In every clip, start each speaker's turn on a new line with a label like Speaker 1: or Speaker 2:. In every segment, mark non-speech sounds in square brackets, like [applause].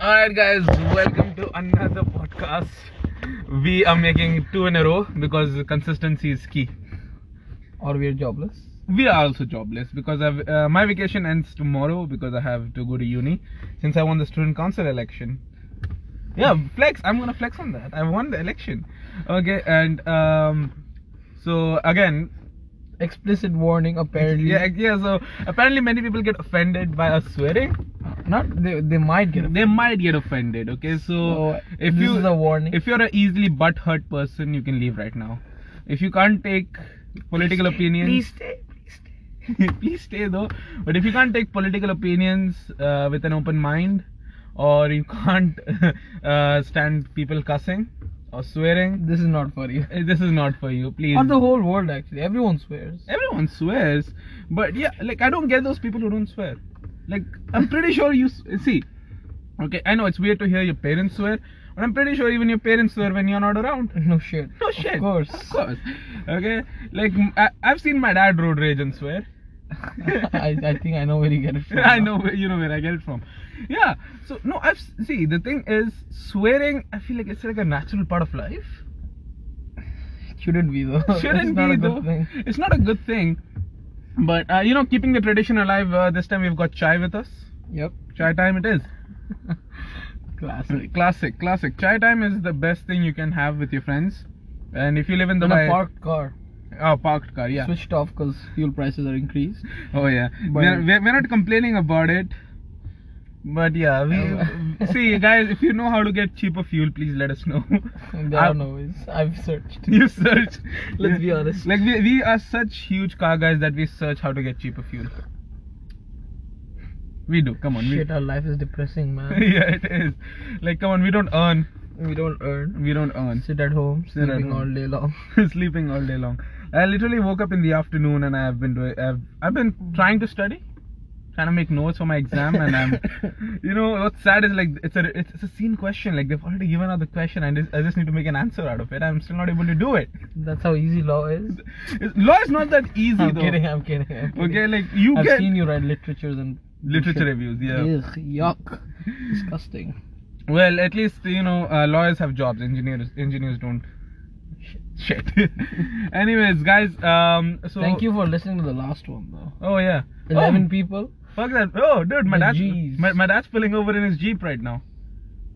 Speaker 1: Alright, guys, welcome to another podcast. We are making two in a row because consistency is key.
Speaker 2: or we are jobless.
Speaker 1: We are also jobless because I've, uh, my vacation ends tomorrow because I have to go to uni since I won the student council election. Yeah, flex. I'm gonna flex on that. I won the election. Okay, and um, so again,
Speaker 2: Explicit warning apparently.
Speaker 1: yeah, yeah. So apparently, many people get offended by us swearing.
Speaker 2: Not they, they might get
Speaker 1: They might get offended. Okay, so
Speaker 2: So,
Speaker 1: if
Speaker 2: Hmm. this
Speaker 1: you
Speaker 2: is a warning.
Speaker 1: if you're an easily butt hurt person, you can leave right now. If you can't take political opinions, [laughs]
Speaker 2: Please stay.
Speaker 1: please stay though. But if you can't take political opinions uh, with an open mind, or you can't [laughs] uh, stand people cussing or swearing,
Speaker 2: This is not for you.
Speaker 1: eh, this is not for you. Please.
Speaker 2: Not the whole world actually. Everyone swears.
Speaker 1: Everyone swears, but yeah, like I don't get those people who don't swear. Like I'm pretty sure you s- see. Okay, I know it's weird to hear your parents swear, but I'm pretty sure even your parents swear when you're not around. [laughs]
Speaker 2: No shit.
Speaker 1: No shit.
Speaker 2: Of course.
Speaker 1: Of course. Okay. Like m- I, have seen my dad road rage and swear.
Speaker 2: [laughs]
Speaker 1: [laughs]
Speaker 2: I, I think I know where you get it from.
Speaker 1: I know where you know where I get it from. Yeah. So no, I've s- see the thing is swearing. I feel like it's like a natural part of life.
Speaker 2: Shouldn't be though.
Speaker 1: Shouldn't
Speaker 2: [laughs] it's
Speaker 1: be
Speaker 2: not a good
Speaker 1: though.
Speaker 2: thing.
Speaker 1: It's not a good thing. But uh, you know, keeping the tradition alive. Uh, this time we've got chai with us.
Speaker 2: Yep.
Speaker 1: Chai time it is.
Speaker 2: Classic.
Speaker 1: Classic, classic. Chai time is the best thing you can have with your friends. And if you live in
Speaker 2: In
Speaker 1: the
Speaker 2: a
Speaker 1: Dubai,
Speaker 2: parked car.
Speaker 1: oh, parked car, yeah.
Speaker 2: Switched off because fuel prices are
Speaker 1: [laughs]
Speaker 2: increased.
Speaker 1: Oh yeah.
Speaker 2: But-
Speaker 1: We're, we're, we're not complaining about it. But yeah, we
Speaker 2: Oh.
Speaker 1: [laughs] see guys. If you know how to get cheaper fuel, please let us
Speaker 2: [laughs]
Speaker 1: know.
Speaker 2: And There
Speaker 1: I-
Speaker 2: are no ways. I've searched.
Speaker 1: [laughs] You search.
Speaker 2: Let's be honest.
Speaker 1: Like we, we are such huge car guys that we search how to get cheaper fuel. We do. Come on.
Speaker 2: Shit, our life is depressing,
Speaker 1: We, [laughs]
Speaker 2: man.
Speaker 1: yeah, it is. Like come on, we don't earn.
Speaker 2: we don't earn.
Speaker 1: We don't earn.
Speaker 2: Sit at home,
Speaker 1: Sit at
Speaker 2: sleeping
Speaker 1: home.
Speaker 2: all day long.
Speaker 1: [laughs] sleeping all day long. I literally woke up in the afternoon and I have been doing. I've, I've been trying to study, trying to make notes for my exam, and
Speaker 2: [laughs]
Speaker 1: I'm. you know what's sad is like it's a it's, it's a scene question. Like they've already given out the question, and I just need to make an answer out of it. I'm still not able to do it.
Speaker 2: That's how easy law is.
Speaker 1: It's- law is not that easy
Speaker 2: I'm
Speaker 1: though.
Speaker 2: kidding, I'm kidding. I'm kidding.
Speaker 1: Okay, like you
Speaker 2: I've
Speaker 1: get
Speaker 2: seen you write literatures and
Speaker 1: literature reviews. Yeah. [laughs]
Speaker 2: Ugh, yuck. Disgusting.
Speaker 1: Well, at least you know uh, lawyers have jobs. Engineers engineers don't. Shit. [laughs] Anyways, guys. Um. So.
Speaker 2: Thank you for listening to the last one though.
Speaker 1: Oh yeah. Oh,
Speaker 2: Eleven people.
Speaker 1: Fuck that. Oh, dude, my
Speaker 2: The
Speaker 1: dad's,
Speaker 2: Jeez.
Speaker 1: my, my dad's pulling over in his Jeep right
Speaker 2: [laughs]
Speaker 1: now.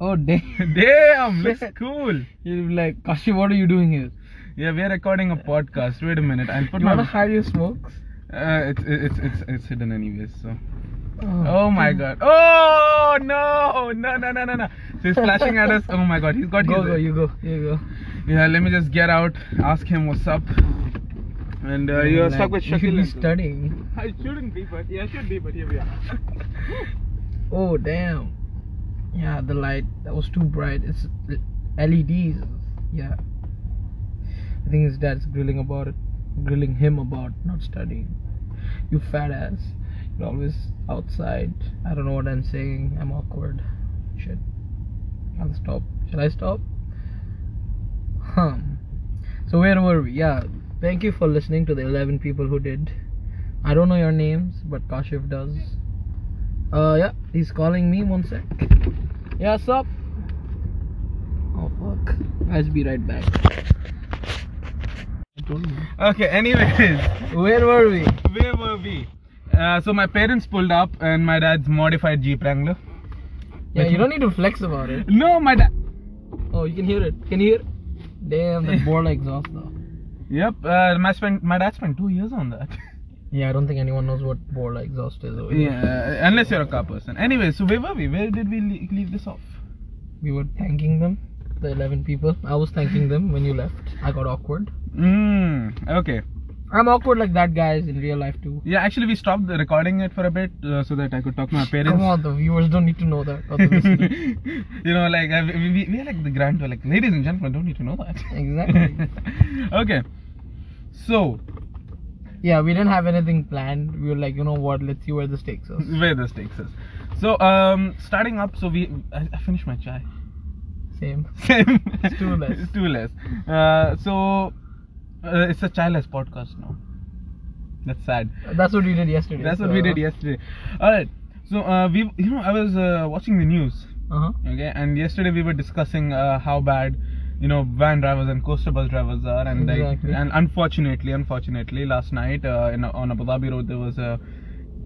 Speaker 2: Oh damn.
Speaker 1: Damn, looks cool.
Speaker 2: [laughs] You'll be like, Kashi, what are you doing here?
Speaker 1: Yeah, we are recording a podcast. Wait a minute. I'll put
Speaker 2: you
Speaker 1: my.
Speaker 2: wanna hide your smokes?
Speaker 1: uh, it's, it's, it's, it's hidden anyways, so.
Speaker 2: Oh,
Speaker 1: Oh my god. Oh, no. No, no, no, no, no. So he's flashing at us. Oh my god. He's got
Speaker 2: Go
Speaker 1: his.
Speaker 2: go, you go, you
Speaker 1: Yeah, let me just get out, ask him what's up. And
Speaker 2: go.
Speaker 1: uh, you're stuck
Speaker 2: [laughs]
Speaker 1: with
Speaker 2: You should
Speaker 1: Shakil.
Speaker 2: be
Speaker 1: and-
Speaker 2: studying.
Speaker 1: I shouldn't be, but yeah, I should be, but here we are.
Speaker 2: [laughs] Oh damn. Yeah, the light that was too bright. It's LEDs. Yeah. I think his dad's grilling about it, grilling him about not studying. You fat ass. You're always outside. I don't know what I'm saying. I'm awkward. Shit. I'll stop. Shall I stop? Huh. So where were we? Yeah. Thank you for listening to the 11 people who did. I don't know your names, but Kashif does. Uh, yeah, he's calling me. One sec. Yeah, what's up? Oh fuck. I'll be right back. I told you.
Speaker 1: Okay, anyways. [laughs]
Speaker 2: Where were we?
Speaker 1: Where were we? Uh, so my parents pulled up and my dad's modified Jeep Wrangler.
Speaker 2: Yeah, you don't need to flex about it.
Speaker 1: No, my dad.
Speaker 2: Oh, you can hear it. Can you hear? it? Damn, [laughs] that Borla exhaust though.
Speaker 1: Yep, uh, my spent my dad spent two years on that. [laughs]
Speaker 2: Yeah, I don't think anyone knows what Borla exhaust is. Over here.
Speaker 1: yeah, uh, unless you're a car person. Anyway, so where were we? Where did we le- leave this off?
Speaker 2: We were thanking them, the 11 people. I was thanking them when you left. I got awkward.
Speaker 1: Mm, okay.
Speaker 2: I'm awkward like that, guys, in real life too.
Speaker 1: Yeah, actually we stopped the recording it for a bit uh, so that I could talk to my parents. [laughs]
Speaker 2: Come on, the viewers don't need to know that. or the listeners.
Speaker 1: you know, like uh, we, we, we are like the grand, we're like ladies and gentlemen, don't need to know that.
Speaker 2: exactly.
Speaker 1: [laughs] okay. So,
Speaker 2: Yeah, we didn't have anything planned. We were like, you know what? Let's see where this takes us.
Speaker 1: where this takes us. So, um, starting up, so we I, I finished my chai.
Speaker 2: Same.
Speaker 1: Same.
Speaker 2: It's too less.
Speaker 1: It's too less. Uh, so uh, it's a childless podcast now. That's sad.
Speaker 2: That's what we did yesterday.
Speaker 1: That's what we
Speaker 2: so-
Speaker 1: did yesterday. All right. So uh, we, you know, I was uh, watching the news
Speaker 2: Uh huh.
Speaker 1: Okay, and yesterday we were discussing uh, how bad you know van drivers and coaster bus drivers are, and like-
Speaker 2: Exactly.
Speaker 1: and unfortunately, unfortunately, last night uh, in, on Abu Dhabi road there was a,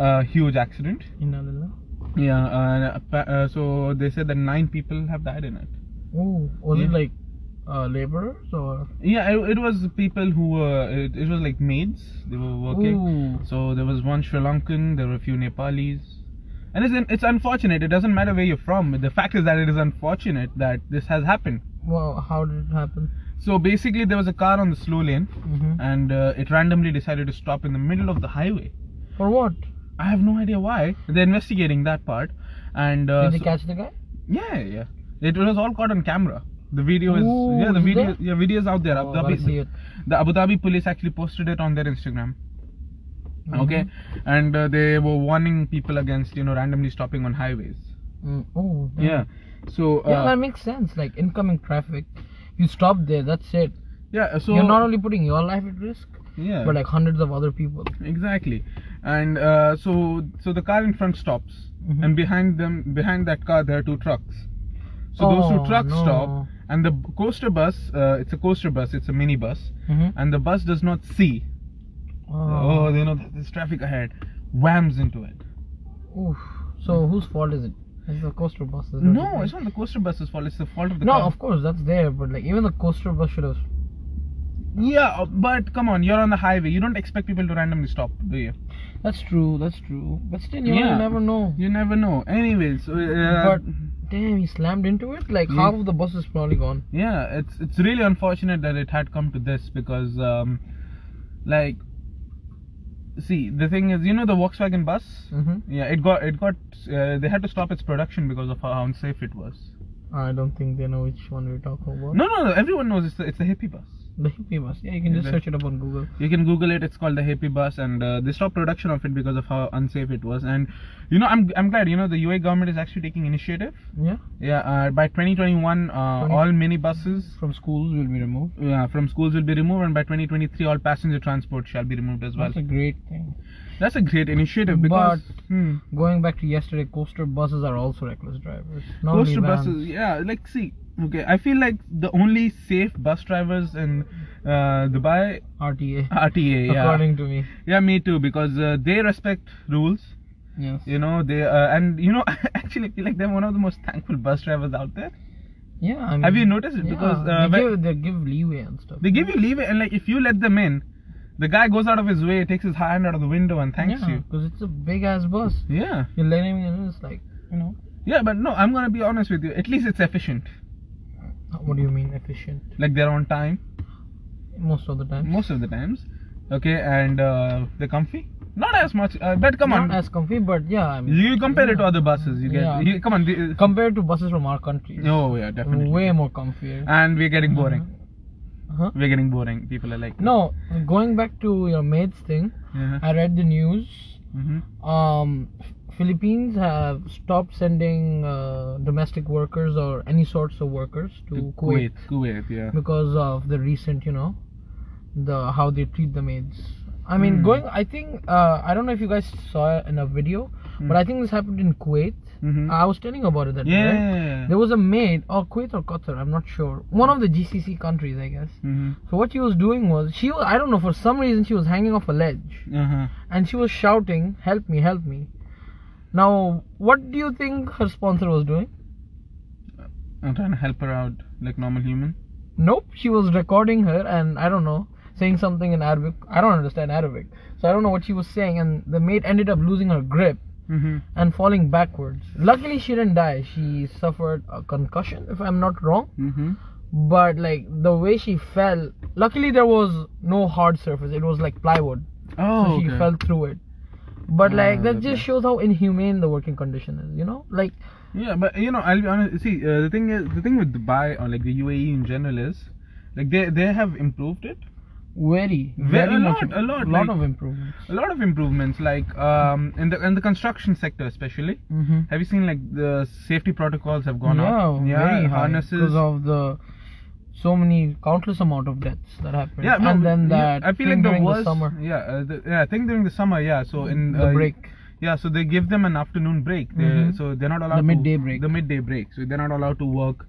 Speaker 1: a huge accident.
Speaker 2: Inna lillah.
Speaker 1: Yeah, uh, appa- uh, so they said that nine people have died in it.
Speaker 2: Oh, was it
Speaker 1: Yeah.
Speaker 2: like uh, laborers or?
Speaker 1: Yeah, it, it was people who were it, it was like maids they were working.
Speaker 2: Ooh.
Speaker 1: So there was one Sri Lankan, there were a few Nepalis. And it's, it's unfortunate. It doesn't matter where you're from. The fact is that it is unfortunate that this has happened.
Speaker 2: Well, how did it happen?
Speaker 1: So basically, there was a car on the slow lane,
Speaker 2: Mm-hmm.
Speaker 1: and uh, it randomly decided to stop in the middle of the highway.
Speaker 2: For what?
Speaker 1: I have no idea why. They're investigating that part, and uh,
Speaker 2: did they
Speaker 1: so-
Speaker 2: catch the guy?
Speaker 1: yeah, yeah, it was all caught on camera. The video is
Speaker 2: Ooh,
Speaker 1: yeah, the
Speaker 2: is it
Speaker 1: video
Speaker 2: there?
Speaker 1: yeah, video is out there.
Speaker 2: Oh,
Speaker 1: Abu
Speaker 2: gotta see
Speaker 1: Dhabi,
Speaker 2: it.
Speaker 1: the Abu Dhabi police actually posted it on their Instagram. Okay,
Speaker 2: Mhm.
Speaker 1: and uh, they were warning people against you know randomly stopping on highways.
Speaker 2: Mm, Oh. damn.
Speaker 1: Yeah, so uh,
Speaker 2: Yeah, that makes sense. Like incoming traffic, you stop there. That's it.
Speaker 1: yeah, so
Speaker 2: You're not only putting your life at risk,
Speaker 1: yeah.
Speaker 2: but like hundreds of other people.
Speaker 1: exactly and uh, so so the car in front stops
Speaker 2: Mhm.
Speaker 1: and behind them behind that car there are two trucks so those
Speaker 2: Oh,
Speaker 1: two trucks
Speaker 2: no.
Speaker 1: stop and the b- coaster bus uh, it's a coaster bus it's a mini bus
Speaker 2: Mm-hmm.
Speaker 1: and the bus does not see
Speaker 2: Um,
Speaker 1: oh, they know that there's traffic ahead whams into it
Speaker 2: Oof. So whose fault is it? It's the coaster bus. is
Speaker 1: no
Speaker 2: it?
Speaker 1: it's not the coaster bus's fault it's the fault of the
Speaker 2: no,
Speaker 1: car
Speaker 2: of course that's there, but like even the coaster bus should have.
Speaker 1: yeah uh, but come on you're on the highway you don't expect people to randomly stop do you
Speaker 2: That's true. That's true. But still, you, know,
Speaker 1: Yeah.
Speaker 2: you never know.
Speaker 1: you never know anyways so, uh,
Speaker 2: But damn, he slammed into it. Like
Speaker 1: Yeah.
Speaker 2: half of the bus is probably gone.
Speaker 1: yeah it's it's really unfortunate that it had come to this because um like see the thing is you know the volkswagen bus
Speaker 2: Mm-hmm.
Speaker 1: yeah it got it got uh, they had to stop its production because of how unsafe it was
Speaker 2: I don't think they know which one we're talking about.
Speaker 1: no no no everyone knows it's the, it's the hippie bus
Speaker 2: The hippie bus. Yeah, you can
Speaker 1: Yeah,
Speaker 2: just
Speaker 1: the-
Speaker 2: search it up on Google.
Speaker 1: you can google it it's called the hippie bus and uh, they stopped production of it because of how unsafe it was and you know i'm i'm glad you know the ua government is actually taking initiative
Speaker 2: Yeah.
Speaker 1: yeah uh, by 2021 uh,
Speaker 2: Twenty-
Speaker 1: all minibuses
Speaker 2: From schools will be removed.
Speaker 1: yeah, from schools will be removed, and by 2023, all passenger transport shall be removed as well.
Speaker 2: That's a great thing.
Speaker 1: That's a great initiative because hmm,
Speaker 2: Going back to yesterday, coaster buses are also reckless drivers. Not only
Speaker 1: coaster
Speaker 2: vans.
Speaker 1: buses, yeah, like see, okay, I feel like the only safe bus drivers in uh, Dubai
Speaker 2: RTA.
Speaker 1: RTA, [laughs] yeah,
Speaker 2: According to me.
Speaker 1: yeah, me too, because uh, they respect rules.
Speaker 2: Yes.
Speaker 1: You know they uh, and you know [laughs] I actually feel like they're one of the most thankful bus drivers out there.
Speaker 2: Yeah. I mean,
Speaker 1: Have you noticed it? Because,
Speaker 2: yeah,
Speaker 1: uh,
Speaker 2: they,
Speaker 1: when-
Speaker 2: give, they give leeway and stuff.
Speaker 1: They give you leeway and like if you let them in, the guy goes out of his way, takes his hand out of the window and thanks you.
Speaker 2: Because it's a big ass bus.
Speaker 1: Yeah.
Speaker 2: You're letting me in. It's like you know.
Speaker 1: Yeah, but no, I'm gonna be honest with you. At least it's efficient.
Speaker 2: What do you mean efficient?
Speaker 1: Like they're on time
Speaker 2: Most of the time.
Speaker 1: most of the times. Okay, and uh, they're comfy. Not as much, uh, but come
Speaker 2: Not
Speaker 1: on.
Speaker 2: as comfy, but yeah. I mean,
Speaker 1: you compare it to
Speaker 2: yeah.
Speaker 1: other buses. You get
Speaker 2: Yeah.
Speaker 1: you, come on. The,
Speaker 2: Compared to buses from our country.
Speaker 1: oh yeah, definitely.
Speaker 2: Way more comfier.
Speaker 1: And we're getting boring.
Speaker 2: Huh?
Speaker 1: We're getting boring. People are like uh-huh,
Speaker 2: No, going back to your maids thing,
Speaker 1: Yeah.
Speaker 2: I read the news.
Speaker 1: hmm
Speaker 2: Um, Philippines have stopped sending uh, domestic workers or any sorts of workers to Kuwait,
Speaker 1: Kuwait. Kuwait. Yeah.
Speaker 2: because of the recent, you know, the how they treat the maids. I mean,
Speaker 1: Hmm.
Speaker 2: going. I think uh, I don't know if you guys saw it in a video, but I think this happened in Kuwait.
Speaker 1: Mhm.
Speaker 2: I was telling you about it that day,
Speaker 1: Hmm. yeah.
Speaker 2: right? There was a maid, or Kuwait or Qatar, I'm not sure. One of the GCC countries, I guess.
Speaker 1: hmm
Speaker 2: So what she was doing was she was, I don't know for some reason she was hanging off a ledge
Speaker 1: Uh-huh.
Speaker 2: and she was shouting, "Help me, help me." Now, what do you think her sponsor was doing?
Speaker 1: I'm trying to help her out like normal human.
Speaker 2: Nope, she was recording her and I don't know, saying something in Arabic. I don't understand Arabic. So I don't know what she was saying and the maid ended up losing her grip
Speaker 1: Mm-hmm.
Speaker 2: and falling backwards. Luckily she didn't die. She suffered a concussion if I'm not wrong.
Speaker 1: Mm-hmm.
Speaker 2: But like the way she fell, luckily there was no hard surface. It was like plywood.
Speaker 1: Oh.
Speaker 2: so she
Speaker 1: okay.
Speaker 2: fell through it. But like
Speaker 1: Ah,
Speaker 2: that
Speaker 1: okay.
Speaker 2: just shows how inhumane the working condition is, you know? Like
Speaker 1: Yeah, but you know, I'll be honest. See, uh, the thing is, the thing with Dubai or like the UAE in general is, like they they have improved it.
Speaker 2: very,
Speaker 1: Ve-
Speaker 2: very
Speaker 1: a
Speaker 2: much,
Speaker 1: lot, a lot,
Speaker 2: lot
Speaker 1: like-
Speaker 2: of improvements.
Speaker 1: A lot of improvements, like um in the in the construction sector especially.
Speaker 2: Mm-hmm.
Speaker 1: Have you seen like the safety protocols have gone up?
Speaker 2: yeah, very
Speaker 1: harnesses.
Speaker 2: because of the so many countless amount of deaths that happened.
Speaker 1: yeah, no,
Speaker 2: and then
Speaker 1: yeah,
Speaker 2: that
Speaker 1: I feel
Speaker 2: thing
Speaker 1: like the
Speaker 2: during
Speaker 1: worst.
Speaker 2: the summer,
Speaker 1: Yeah, uh, the, yeah, I think during the summer, yeah. So in
Speaker 2: the
Speaker 1: uh,
Speaker 2: break.
Speaker 1: yeah so they give them an afternoon break they,
Speaker 2: Mhm.
Speaker 1: so they're not allowed
Speaker 2: midday
Speaker 1: to,
Speaker 2: break.
Speaker 1: the midday break so they're not allowed to work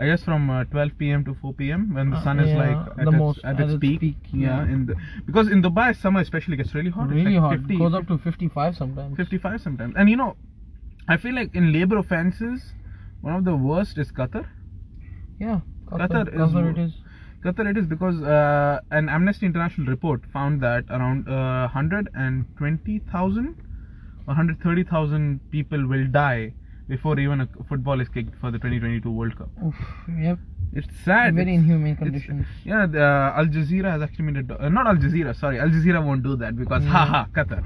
Speaker 1: i guess from uh, 12 p.m to 4 p.m when the
Speaker 2: Uh,
Speaker 1: sun is
Speaker 2: yeah,
Speaker 1: like at
Speaker 2: the
Speaker 1: its,
Speaker 2: most-
Speaker 1: at its, peak, yeah,
Speaker 2: yeah.
Speaker 1: in the, because in dubai summer especially gets really hot it's
Speaker 2: really
Speaker 1: like
Speaker 2: hot.
Speaker 1: 50,
Speaker 2: It goes up to 55 sometimes.
Speaker 1: 55 sometimes and you know i feel like in labor offenses one of the worst is qatar
Speaker 2: Yeah. Qatar,
Speaker 1: Qatar is
Speaker 2: Qatar
Speaker 1: wo-
Speaker 2: it is.
Speaker 1: Qatar it is because uh, an Amnesty International report found that around uh, 120,000 or 130,000 people will die before even a football is kicked for the 2022 World Cup.
Speaker 2: Oof, yep.
Speaker 1: It's sad.
Speaker 2: Very
Speaker 1: it's-
Speaker 2: inhumane
Speaker 1: it's-
Speaker 2: conditions.
Speaker 1: Yeah, the, uh, Al Jazeera has actually made a do- uh, not Al Jazeera, sorry, Al Jazeera won't do that because
Speaker 2: Yeah.
Speaker 1: haha Qatar.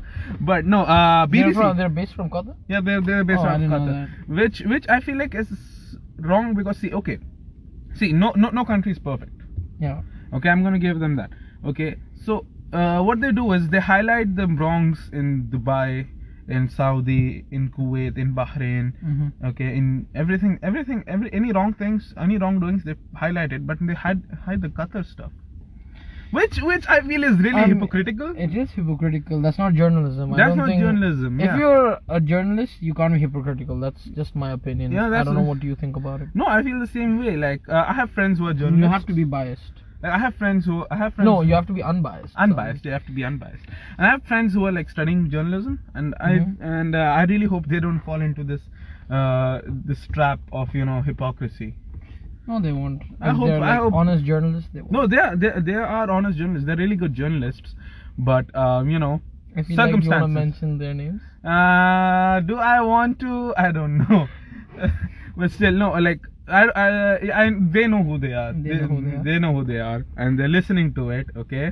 Speaker 1: But no, uh,
Speaker 2: Mm. They're,
Speaker 1: BBC.
Speaker 2: from, they're based from Qatar.
Speaker 1: Yeah, they're they're based
Speaker 2: Oh,
Speaker 1: out
Speaker 2: I
Speaker 1: of
Speaker 2: didn't know
Speaker 1: Qatar, which which I feel like is wrong because see, okay, see, no no no country is perfect.
Speaker 2: Yeah.
Speaker 1: Okay, I'm gonna give them that. Okay, so uh, what they do is they highlight the wrongs in Dubai, in Saudi, in Kuwait, in Bahrain.
Speaker 2: Mm-hmm.
Speaker 1: Okay, in everything, everything, every any wrong things, any wrongdoings they highlight it, but they hide hide the Qatar stuff, which which I feel is really
Speaker 2: Um,
Speaker 1: hypocritical.
Speaker 2: It is hypocritical. That's not journalism. I
Speaker 1: That's
Speaker 2: don't
Speaker 1: not
Speaker 2: think-
Speaker 1: journalism, yeah.
Speaker 2: If you're a journalist, you can't be hypocritical. That's just my opinion.
Speaker 1: Yeah,
Speaker 2: I
Speaker 1: that's-
Speaker 2: don't know what you think about it.
Speaker 1: no, I feel the same way. Like uh, I have friends who are journalists.
Speaker 2: You have to be biased.
Speaker 1: Like, I have friends who I have friends.
Speaker 2: No,
Speaker 1: who-
Speaker 2: you have to be unbiased.
Speaker 1: unbiased. They have to be unbiased. And I have friends who are like studying journalism, and
Speaker 2: Mhm.
Speaker 1: I and uh, I really hope they don't fall into this uh, this trap of you know hypocrisy.
Speaker 2: No, they won't.
Speaker 1: I
Speaker 2: If
Speaker 1: hope-
Speaker 2: they're
Speaker 1: I
Speaker 2: like
Speaker 1: hope-
Speaker 2: honest journalists. They won't.
Speaker 1: No, they are they, they are honest journalists. They're really good journalists, but um, you know.
Speaker 2: if you like, you want to
Speaker 1: circumstances.
Speaker 2: mention their names.
Speaker 1: Uh, do I want to? I don't know. [laughs] but still, no. Like I, I, I, they know who they are.
Speaker 2: They know who they are.
Speaker 1: know who they are, and they're listening to it. Okay.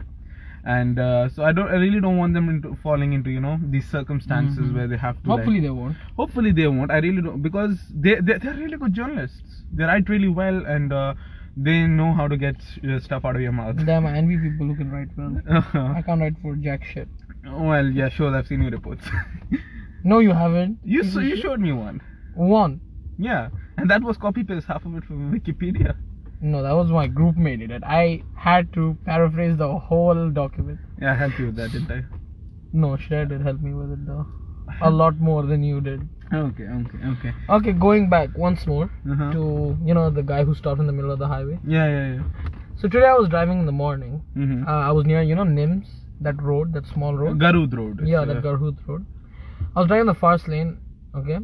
Speaker 1: And uh, so I don't, I really don't want them into falling into you know these circumstances
Speaker 2: Mhm.
Speaker 1: where they have to. like-
Speaker 2: Hopefully, they won't.
Speaker 1: hopefully they won't. I really don't because they, they they're really good journalists. They write really well and uh, they know how to get uh, stuff out of your mouth.
Speaker 2: Damn, I envy people who can write well.
Speaker 1: Uh-huh.
Speaker 2: I can't write for jack shit.
Speaker 1: [laughs] well, yeah, sure. I've seen your reports. [laughs]
Speaker 2: No, you haven't.
Speaker 1: you
Speaker 2: Piece
Speaker 1: so
Speaker 2: of
Speaker 1: you
Speaker 2: shit.
Speaker 1: showed me one.
Speaker 2: One.
Speaker 1: Yeah, and that was copy paste half of it from Wikipedia.
Speaker 2: No, that was my group made it. and I had to paraphrase the whole document.
Speaker 1: Yeah, I helped you with that, didn't I?
Speaker 2: No, Shreya did help me with it though. A lot more than you did.
Speaker 1: [laughs] Okay, okay, okay.
Speaker 2: Okay, going back once more
Speaker 1: Uh-huh.
Speaker 2: to you know the guy who stopped in the middle of the highway.
Speaker 1: Yeah, yeah, yeah.
Speaker 2: So today I was driving in the morning.
Speaker 1: Mm-hmm.
Speaker 2: Uh, I was near you know Nims, that road, that small road.
Speaker 1: Garud Road.
Speaker 2: yeah,
Speaker 1: It's,
Speaker 2: that
Speaker 1: uh,
Speaker 2: Garhut road. I was driving in the fast lane. Okay.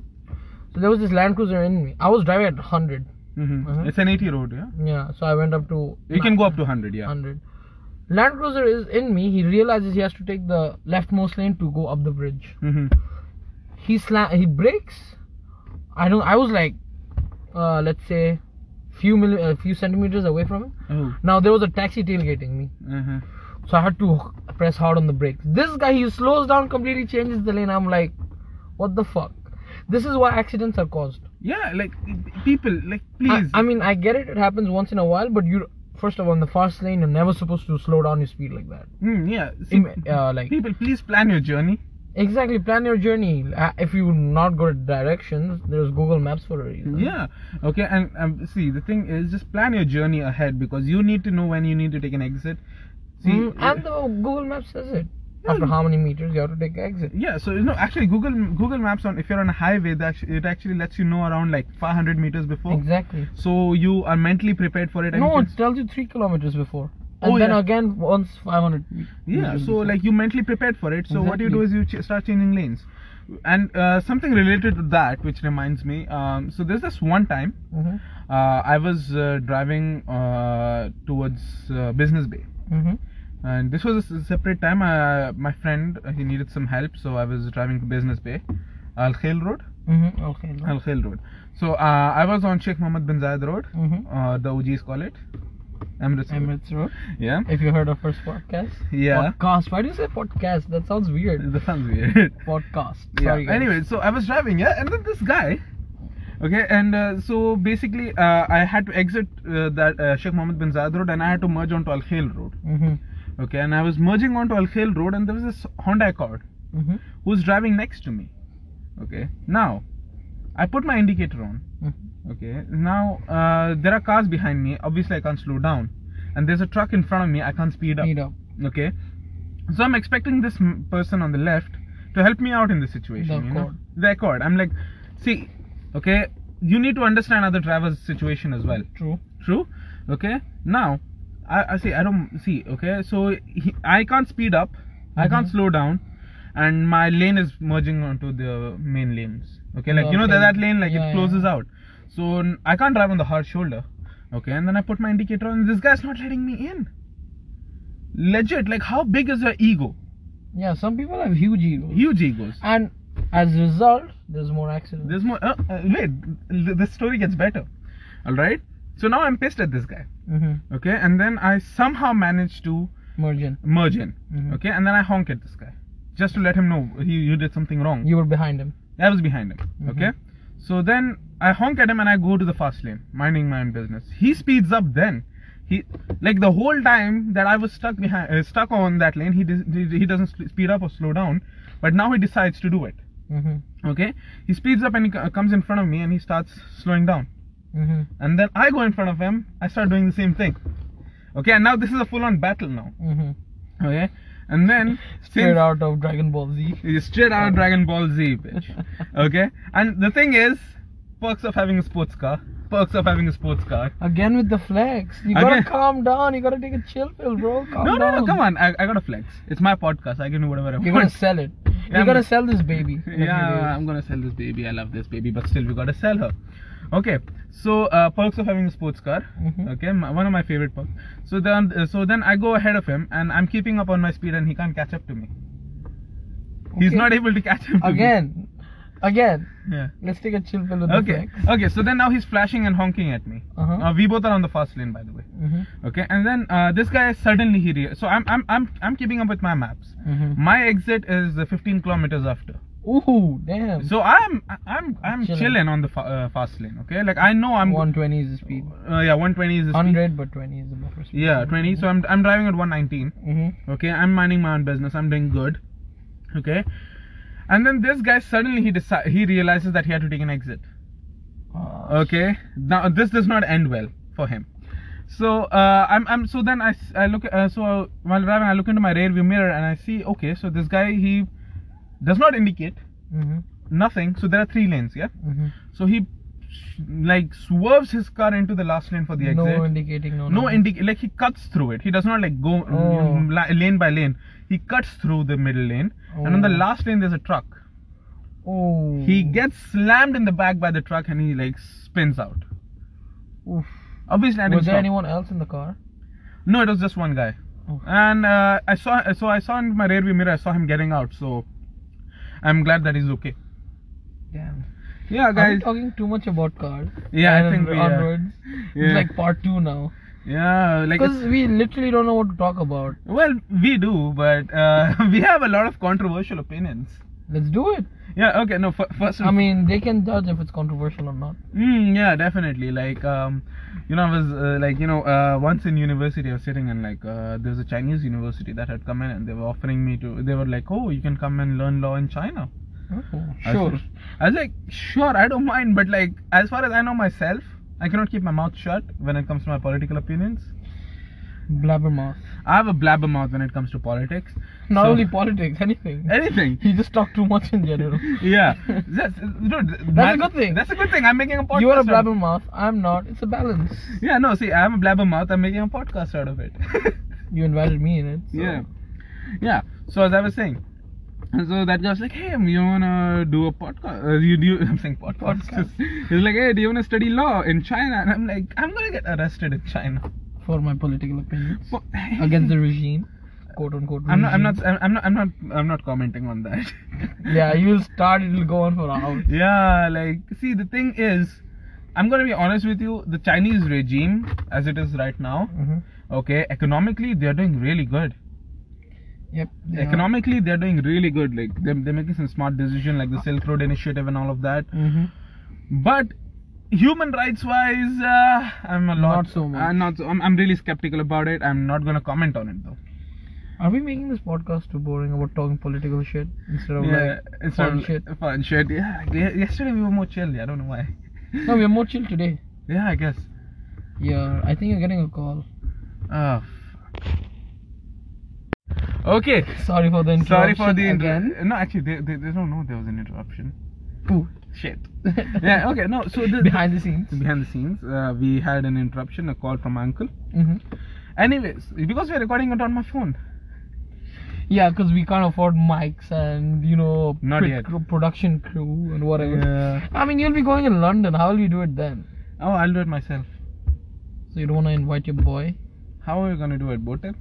Speaker 2: So there was this Land Cruiser in me. I was driving at 100.
Speaker 1: mhm.
Speaker 2: Uh-huh.
Speaker 1: It's an 80 road, yeah?
Speaker 2: Yeah. So I went up to.
Speaker 1: You can go up to 100, yeah.
Speaker 2: 100. Land Cruiser is in me. He realizes he has to take the leftmost lane to go up the bridge.
Speaker 1: Mm-hmm.
Speaker 2: He sla- he brakes. I don't. I was like, uh, let's say, few milli- uh, few centimeters away from him.
Speaker 1: Oh.
Speaker 2: Now there was a taxi tailgating me,
Speaker 1: Uh-huh.
Speaker 2: so I had to press hard on the brakes. This guy he slows down completely, changes the lane. I'm like, what the fuck? This is why accidents are caused.
Speaker 1: Yeah, like, people, like,
Speaker 2: I,
Speaker 1: please.
Speaker 2: I mean, I get it. It happens once in a while, but you first of all in the fast lane, you're never supposed to slow down your speed like that.
Speaker 1: Mm, yeah. See,
Speaker 2: Im- uh, like
Speaker 1: people, please plan your journey.
Speaker 2: Exactly, plan your journey. Uh, If you not go to directions, there's Google Maps for a reason.
Speaker 1: Yeah. Okay. And um, see, the thing is, just plan your journey ahead because you need to know when you need to take an exit. See.
Speaker 2: Mm, and the Google Maps says it.
Speaker 1: Yeah.
Speaker 2: After how many meters you have to take exit.
Speaker 1: yeah. So you know, actually, Google Google Maps on if you're on a highway, that actu- it actually lets you know around like 500 meters before.
Speaker 2: Exactly.
Speaker 1: So you are mentally prepared for it. and
Speaker 2: No,
Speaker 1: Oh. you
Speaker 2: it
Speaker 1: can-
Speaker 2: tells you three kilometers before, and
Speaker 1: Oh,
Speaker 2: then
Speaker 1: yeah. Mm-hmm.
Speaker 2: again once 500. me-
Speaker 1: yeah.
Speaker 2: meters
Speaker 1: So
Speaker 2: before.
Speaker 1: like you mentally prepared for it. So what you
Speaker 2: Exactly.
Speaker 1: do is you ch- start changing lanes. And uh, something related to that, which reminds me. Um, so there's this one time
Speaker 2: Mhm.
Speaker 1: uh, I was uh, driving uh, towards uh, Business Bay.
Speaker 2: Mhm.
Speaker 1: and this was a s- separate time uh, my friend uh, he needed some help so i was driving to business bay al khail road
Speaker 2: Mhm. Okay. no.
Speaker 1: al khail road so uh, i was on sheikh mohammed bin zayed road
Speaker 2: Mhm.
Speaker 1: uh, the og's call it emirates road.
Speaker 2: Emirates Road.
Speaker 1: yeah
Speaker 2: If you heard our first podcast.
Speaker 1: Yeah.
Speaker 2: Podcast. Why do you say podcast? That sounds
Speaker 1: [laughs]
Speaker 2: weird.
Speaker 1: that sounds weird
Speaker 2: Podcast.
Speaker 1: [laughs]
Speaker 2: Sorry.
Speaker 1: yeah.
Speaker 2: guys.
Speaker 1: Anyway, so I was driving, yeah, and then this guy, okay, and uh, so basically uh, I had to exit uh, that uh, Sheikh Mohammed bin Zayed Road, and I had to merge onto Al Khail Road,
Speaker 2: Mhm.
Speaker 1: okay, and I was merging onto Al Khail Road, and there was this Honda Accord,
Speaker 2: Mhm.
Speaker 1: who's driving next to me. Okay. Now, I put my indicator on.
Speaker 2: Mhm.
Speaker 1: Okay. Now, uh, there are cars behind me. Obviously, I can't slow down. And there's a truck in front of me. I can't speed up.
Speaker 2: Speed up.
Speaker 1: Okay. So I'm expecting this m- person on the left to help me out in this situation.
Speaker 2: The
Speaker 1: you know?
Speaker 2: accord.
Speaker 1: The accord. I'm like, see, okay, you need to understand other travelers' situation as well.
Speaker 2: True.
Speaker 1: True. Okay. Now, I, I see. I don't see. Okay. So he, I can't speed up. I can't
Speaker 2: Mhm.
Speaker 1: slow down, and my lane is merging onto the main lanes. Okay. Like you know
Speaker 2: Okay.
Speaker 1: that that lane like
Speaker 2: Yeah,
Speaker 1: it
Speaker 2: yeah.
Speaker 1: closes out. So n- I can't drive on the hard shoulder. Okay. And then I put my indicator on. This guy's not letting me in. Legit. Like how big is your ego?
Speaker 2: Yeah, some people have huge egos.
Speaker 1: Huge egos.
Speaker 2: And as a result, there's more accidents.
Speaker 1: There's more. Uh, uh, wait. th- The story gets better. All right. So now I'm pissed at this guy.
Speaker 2: mm-hmm.
Speaker 1: Okay. And then I somehow managed to
Speaker 2: Merging.
Speaker 1: merge in.
Speaker 2: Mhm.
Speaker 1: Okay, and then I honk at this guy just to let him know he, you did something wrong.
Speaker 2: You were behind him.
Speaker 1: I was behind him. Okay, so then I honk at him and I go to the fast lane, minding my own business. He speeds up then. He like the whole time that I was stuck behind, uh, stuck on that lane. He dis- he he doesn't sp- speed up or slow down, but now he decides to do it.
Speaker 2: Mm-hmm.
Speaker 1: Okay, he speeds up and he co- comes in front of me and he starts slowing down.
Speaker 2: Mm-hmm.
Speaker 1: And then I go in front of him. I start doing the same thing. Okay, and now this is a full-on battle now.
Speaker 2: Mm-hmm.
Speaker 1: Okay, and then
Speaker 2: Straight
Speaker 1: since-
Speaker 2: out of Dragon Ball Z.
Speaker 1: You straight out of Dragon Ball Z,
Speaker 2: [laughs]
Speaker 1: bitch. Okay? And the thing is, perks of having a sports car. Perks of having a sports car.
Speaker 2: Again with the flex. You gotta
Speaker 1: Again.
Speaker 2: calm down. You gotta take a chill pill, bro. Calm
Speaker 1: no, no,
Speaker 2: down.
Speaker 1: no, come on. I, I gotta flex. It's my podcast. I can do whatever I
Speaker 2: You're
Speaker 1: [laughs] want.
Speaker 2: gonna sell it. You're
Speaker 1: I'm-
Speaker 2: gonna sell this baby. in a few
Speaker 1: yeah,
Speaker 2: days.
Speaker 1: I'm gonna sell this baby. I love this baby, but still, we gotta sell her. Okay, so uh, perks of having a sports car.
Speaker 2: Mhm.
Speaker 1: Okay, my, one of my favorite perks. So then, uh, so then I go ahead of him, and I'm keeping up on my speed, and he can't catch up to me. He's
Speaker 2: Okay.
Speaker 1: not able to catch up to
Speaker 2: Again. Again.
Speaker 1: me. Yeah.
Speaker 2: Let's take a chill pill with the
Speaker 1: Okay.
Speaker 2: flex.
Speaker 1: Okay. So then now he's flashing and honking at me.
Speaker 2: Uh-huh.
Speaker 1: Uh, we both are on the fast lane, by the way.
Speaker 2: Mm-hmm.
Speaker 1: Okay. And then uh, this guy suddenly he re- so I'm I'm I'm I'm keeping up with my maps.
Speaker 2: Mm-hmm.
Speaker 1: My exit is uh, 15 kilometers after.
Speaker 2: Ooh, damn.
Speaker 1: So I'm I'm I'm
Speaker 2: Chilling.
Speaker 1: chilling, on the fa- uh, fast lane. Okay. Like I know I'm
Speaker 2: 120 is the speed.
Speaker 1: Uh, yeah, 120 is the speed.
Speaker 2: 100, but 20 is the buffer speed.
Speaker 1: Yeah, 20. So I'm I'm driving at 119.
Speaker 2: Mm-hmm.
Speaker 1: Okay. I'm minding my own business. I'm doing good. Okay. And then this guy suddenly he deci- he realizes that he had to take an exit. okay now this does not end well for him so uh, I'm, I'm so then I, s- I look uh, so while driving I look into my rear view mirror and I see okay so this guy he does not indicate
Speaker 2: Mm-hmm.
Speaker 1: nothing so there are three lanes yeah
Speaker 2: Mm-hmm.
Speaker 1: so he sh- like swerves his car into the last lane for the
Speaker 2: no
Speaker 1: exit
Speaker 2: indicating no
Speaker 1: no
Speaker 2: no.
Speaker 1: indi- like he cuts through it he does not like go
Speaker 2: Oh.
Speaker 1: mm, la- lane by lane he cuts through the middle lane and on the
Speaker 2: Oh.
Speaker 1: last lane there's a truck
Speaker 2: oh
Speaker 1: he gets slammed in the back by the truck and he like spins out
Speaker 2: Oof.
Speaker 1: obviously I didn't
Speaker 2: was there
Speaker 1: stop.
Speaker 2: anyone else in the car
Speaker 1: No, it was just one guy.
Speaker 2: Oh.
Speaker 1: And uh, I saw, so I saw in my rearview mirror, I saw him getting out. So I'm glad that he's okay.
Speaker 2: damn
Speaker 1: Yeah,
Speaker 2: Are we
Speaker 1: guys.
Speaker 2: talking too much about cars
Speaker 1: Yeah, I
Speaker 2: And
Speaker 1: think we are.
Speaker 2: onwards.
Speaker 1: Yeah.
Speaker 2: it's like part two now
Speaker 1: Yeah, like
Speaker 2: because
Speaker 1: it's-
Speaker 2: we literally don't know what to talk about
Speaker 1: well, we do, but uh, [laughs] we have a lot of controversial opinions.
Speaker 2: let's do it
Speaker 1: Yeah. Okay. No. F- first.
Speaker 2: i mean they can judge if it's controversial or not
Speaker 1: Mm, yeah, definitely. Like, um, you know, I was uh, like, you know, uh, once in university, I was sitting and like, uh, there's a Chinese university that had come in and they were offering me to. They were like, oh, you can come and learn law in China. Oh, I was-
Speaker 2: sure
Speaker 1: I was like, sure, I don't mind, but like, as far as I know myself, I cannot keep my mouth shut when it comes to my political opinions.
Speaker 2: blabbermouth
Speaker 1: I have a blabbermouth when it comes to politics.
Speaker 2: not
Speaker 1: So-
Speaker 2: only politics anything
Speaker 1: Anything. [laughs]
Speaker 2: you just talk too much in general
Speaker 1: Yeah. That's, dude, that's
Speaker 2: a good thing.
Speaker 1: That's a good thing. I'm making a podcast.
Speaker 2: you are a
Speaker 1: out of-
Speaker 2: blabbermouth i'm not it's a balance
Speaker 1: Yeah, no, see, I'm a blabbermouth. I'm making a podcast out of it. [laughs]
Speaker 2: you invited me in it so.
Speaker 1: Yeah. Yeah. So as I was saying, and so that guy was like, "Hey, um, you wanna do a podcast? Uh, you [laughs] do? you- I'm saying podcast.
Speaker 2: Podcast.
Speaker 1: He's like, "Hey, do you wanna study law in China?" And I'm like, "I'm gonna get arrested in China."
Speaker 2: for my political opinions
Speaker 1: For-
Speaker 2: [coughs] against the regime, quote unquote.
Speaker 1: [laughs] I'm not. I'm
Speaker 2: regime.
Speaker 1: not. I'm not. I'm not. I'm not commenting on that.
Speaker 2: [laughs] Yeah, you'll start. It'll go on for hours.
Speaker 1: yeah. Like, see, the thing is, I'm gonna be honest with you. The Chinese regime, as it is right now,
Speaker 2: Mm-hmm.
Speaker 1: okay, economically they're doing really good.
Speaker 2: Yep. they are.
Speaker 1: Economically, they're doing really good. Like, they're, they're making some smart decision, like the Silk Road Initiative and all of that.
Speaker 2: Mhm.
Speaker 1: But human rights wise, uh, I'm a lot.
Speaker 2: Not so much.
Speaker 1: I'm not. So, I'm, I'm really skeptical about it. I'm not gonna comment on it though.
Speaker 2: Are we making this podcast too boring about talking political shit instead of
Speaker 1: yeah,
Speaker 2: like
Speaker 1: it's
Speaker 2: fun
Speaker 1: not-
Speaker 2: shit?
Speaker 1: Fun shit. Yeah. like, ye- Yesterday we were more chilly. I don't know why.
Speaker 2: No, we're more chill today.
Speaker 1: Yeah, I guess. Ah,
Speaker 2: Yeah, I think you're getting a call.
Speaker 1: Oh. Okay.
Speaker 2: Sorry for the interruption.
Speaker 1: Sorry for the inter-
Speaker 2: again.
Speaker 1: No, actually, they, they, they don't know there was an interruption.
Speaker 2: Poo.
Speaker 1: Shit. [laughs] yeah. Okay. No. So the,
Speaker 2: Behind the scenes.
Speaker 1: behind the scenes, uh, we had an interruption, a call from my uncle.
Speaker 2: Mm-hmm.
Speaker 1: Anyways, because we're recording it on my phone.
Speaker 2: Yeah, because we can't afford mics and you know
Speaker 1: Not
Speaker 2: pit
Speaker 1: yet.
Speaker 2: crew- production crew and whatever.
Speaker 1: Yeah.
Speaker 2: I mean, you'll be going in London. How will you do it then?
Speaker 1: Oh, I'll do it myself.
Speaker 2: So you don't want to invite your boy?
Speaker 1: How are you gonna do it, Botan?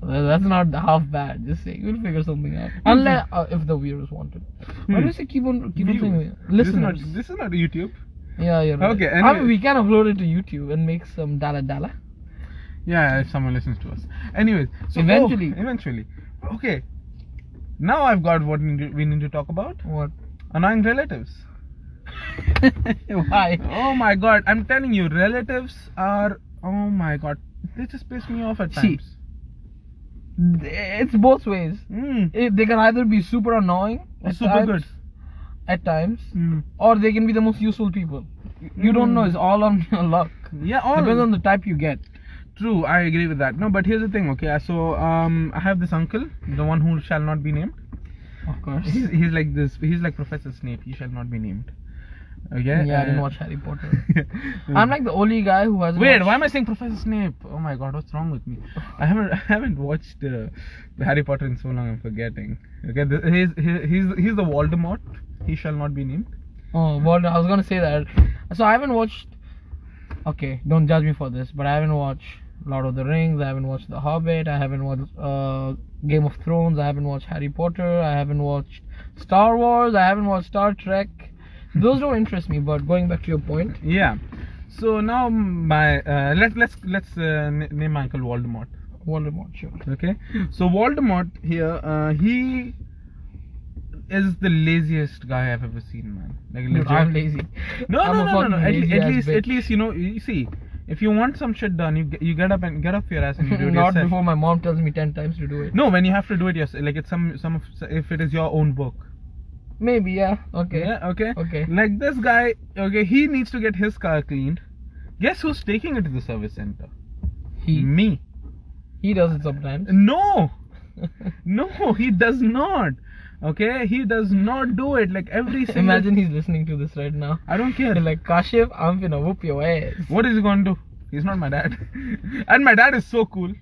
Speaker 2: Well, that's not half bad. Just saying, we'll figure something out. Unless uh, if the viewers wanted. Why do
Speaker 1: Hmm.
Speaker 2: you say keep on keep on
Speaker 1: Views.
Speaker 2: saying
Speaker 1: This is not
Speaker 2: listeners?
Speaker 1: this is not YouTube.
Speaker 2: Yeah, you're right.
Speaker 1: Okay,
Speaker 2: I mean,
Speaker 1: anyways.
Speaker 2: we can upload it to YouTube and make some dala dala.
Speaker 1: Yeah, if someone listens to us. Anyways, so
Speaker 2: Eventually.
Speaker 1: oh, eventually, okay. Now I've got what we need- we need to talk about:
Speaker 2: What?
Speaker 1: annoying relatives.
Speaker 2: [laughs] Why?
Speaker 1: Oh my god, I'm telling you, relatives are. Oh my god, they just piss me off at
Speaker 2: See.
Speaker 1: times.
Speaker 2: It's both ways.
Speaker 1: Mm.
Speaker 2: It, they can either be super annoying at
Speaker 1: Super
Speaker 2: times,
Speaker 1: good.
Speaker 2: at times,
Speaker 1: Mm.
Speaker 2: or they can be the most useful people. You don't know. It's all on [laughs] your luck.
Speaker 1: Hmm. Yeah, all
Speaker 2: Depends on the type you get.
Speaker 1: True, I agree with that. No, but here's the thing, okay? So, um, I have this uncle, the one who shall not be named.
Speaker 2: Of course.
Speaker 1: [laughs] He's, he's like this. He's like Professor Snape. He shall not be named. Okay.
Speaker 2: Yeah, I didn't
Speaker 1: uh,
Speaker 2: watch Harry
Speaker 1: [laughs]
Speaker 2: Potter. [laughs] I'm like the only guy who hasn't.
Speaker 1: Mm. Wait,
Speaker 2: watched-
Speaker 1: why am I saying Professor Snape? Oh my God, what's wrong with me? I haven't [laughs] I haven't watched uh, Harry Potter in so long. I'm forgetting. Okay, th- he's he- he's he's the Voldemort. He shall not be named.
Speaker 2: Oh, well, I was gonna say that. So I haven't watched. Okay, don't judge me for this, but I haven't watched Lord of the Rings. I haven't watched The Hobbit. I haven't watched uh, Game of Thrones. I haven't watched Harry Potter. I haven't watched Star Wars. I haven't watched Star Trek. Those don't interest me. But going back to your point,
Speaker 1: Yeah. So now my uh, let let's let's uh, n- name my uncle Voldemort.
Speaker 2: Voldemort. Sure.
Speaker 1: Okay. So Voldemort here, uh, he is the laziest guy I've ever seen, man. Like
Speaker 2: Dude,
Speaker 1: legit.
Speaker 2: I'm lazy.
Speaker 1: No,
Speaker 2: I'm
Speaker 1: no,
Speaker 2: a
Speaker 1: no, no, no.
Speaker 2: fucking
Speaker 1: At, le-
Speaker 2: lazy
Speaker 1: at
Speaker 2: ass
Speaker 1: least,
Speaker 2: bitch.
Speaker 1: at least you know. You see, if you want some shit done, you g- you get up and get up your ass and you do it
Speaker 2: [laughs] Not
Speaker 1: yourself.
Speaker 2: before my mom tells me ten times to do it.
Speaker 1: No, when you have to do it yourself, like it's some some of, if it is your own book.
Speaker 2: Maybe yeah. Okay.
Speaker 1: Yeah. Okay.
Speaker 2: Okay.
Speaker 1: Like this guy. Okay. He needs to get his car cleaned. Guess who's taking it to the service center?
Speaker 2: He
Speaker 1: Me.
Speaker 2: he does it sometimes.
Speaker 1: No. No, he does not. Okay, he does not do it. Like
Speaker 2: [laughs]
Speaker 1: every single.
Speaker 2: Imagine he's listening to this right now.
Speaker 1: I don't care.
Speaker 2: You're [laughs] like Kashif, I'm gonna whoop your ass.
Speaker 1: what is he gonna do? He's not my dad. [laughs] and my dad is so cool.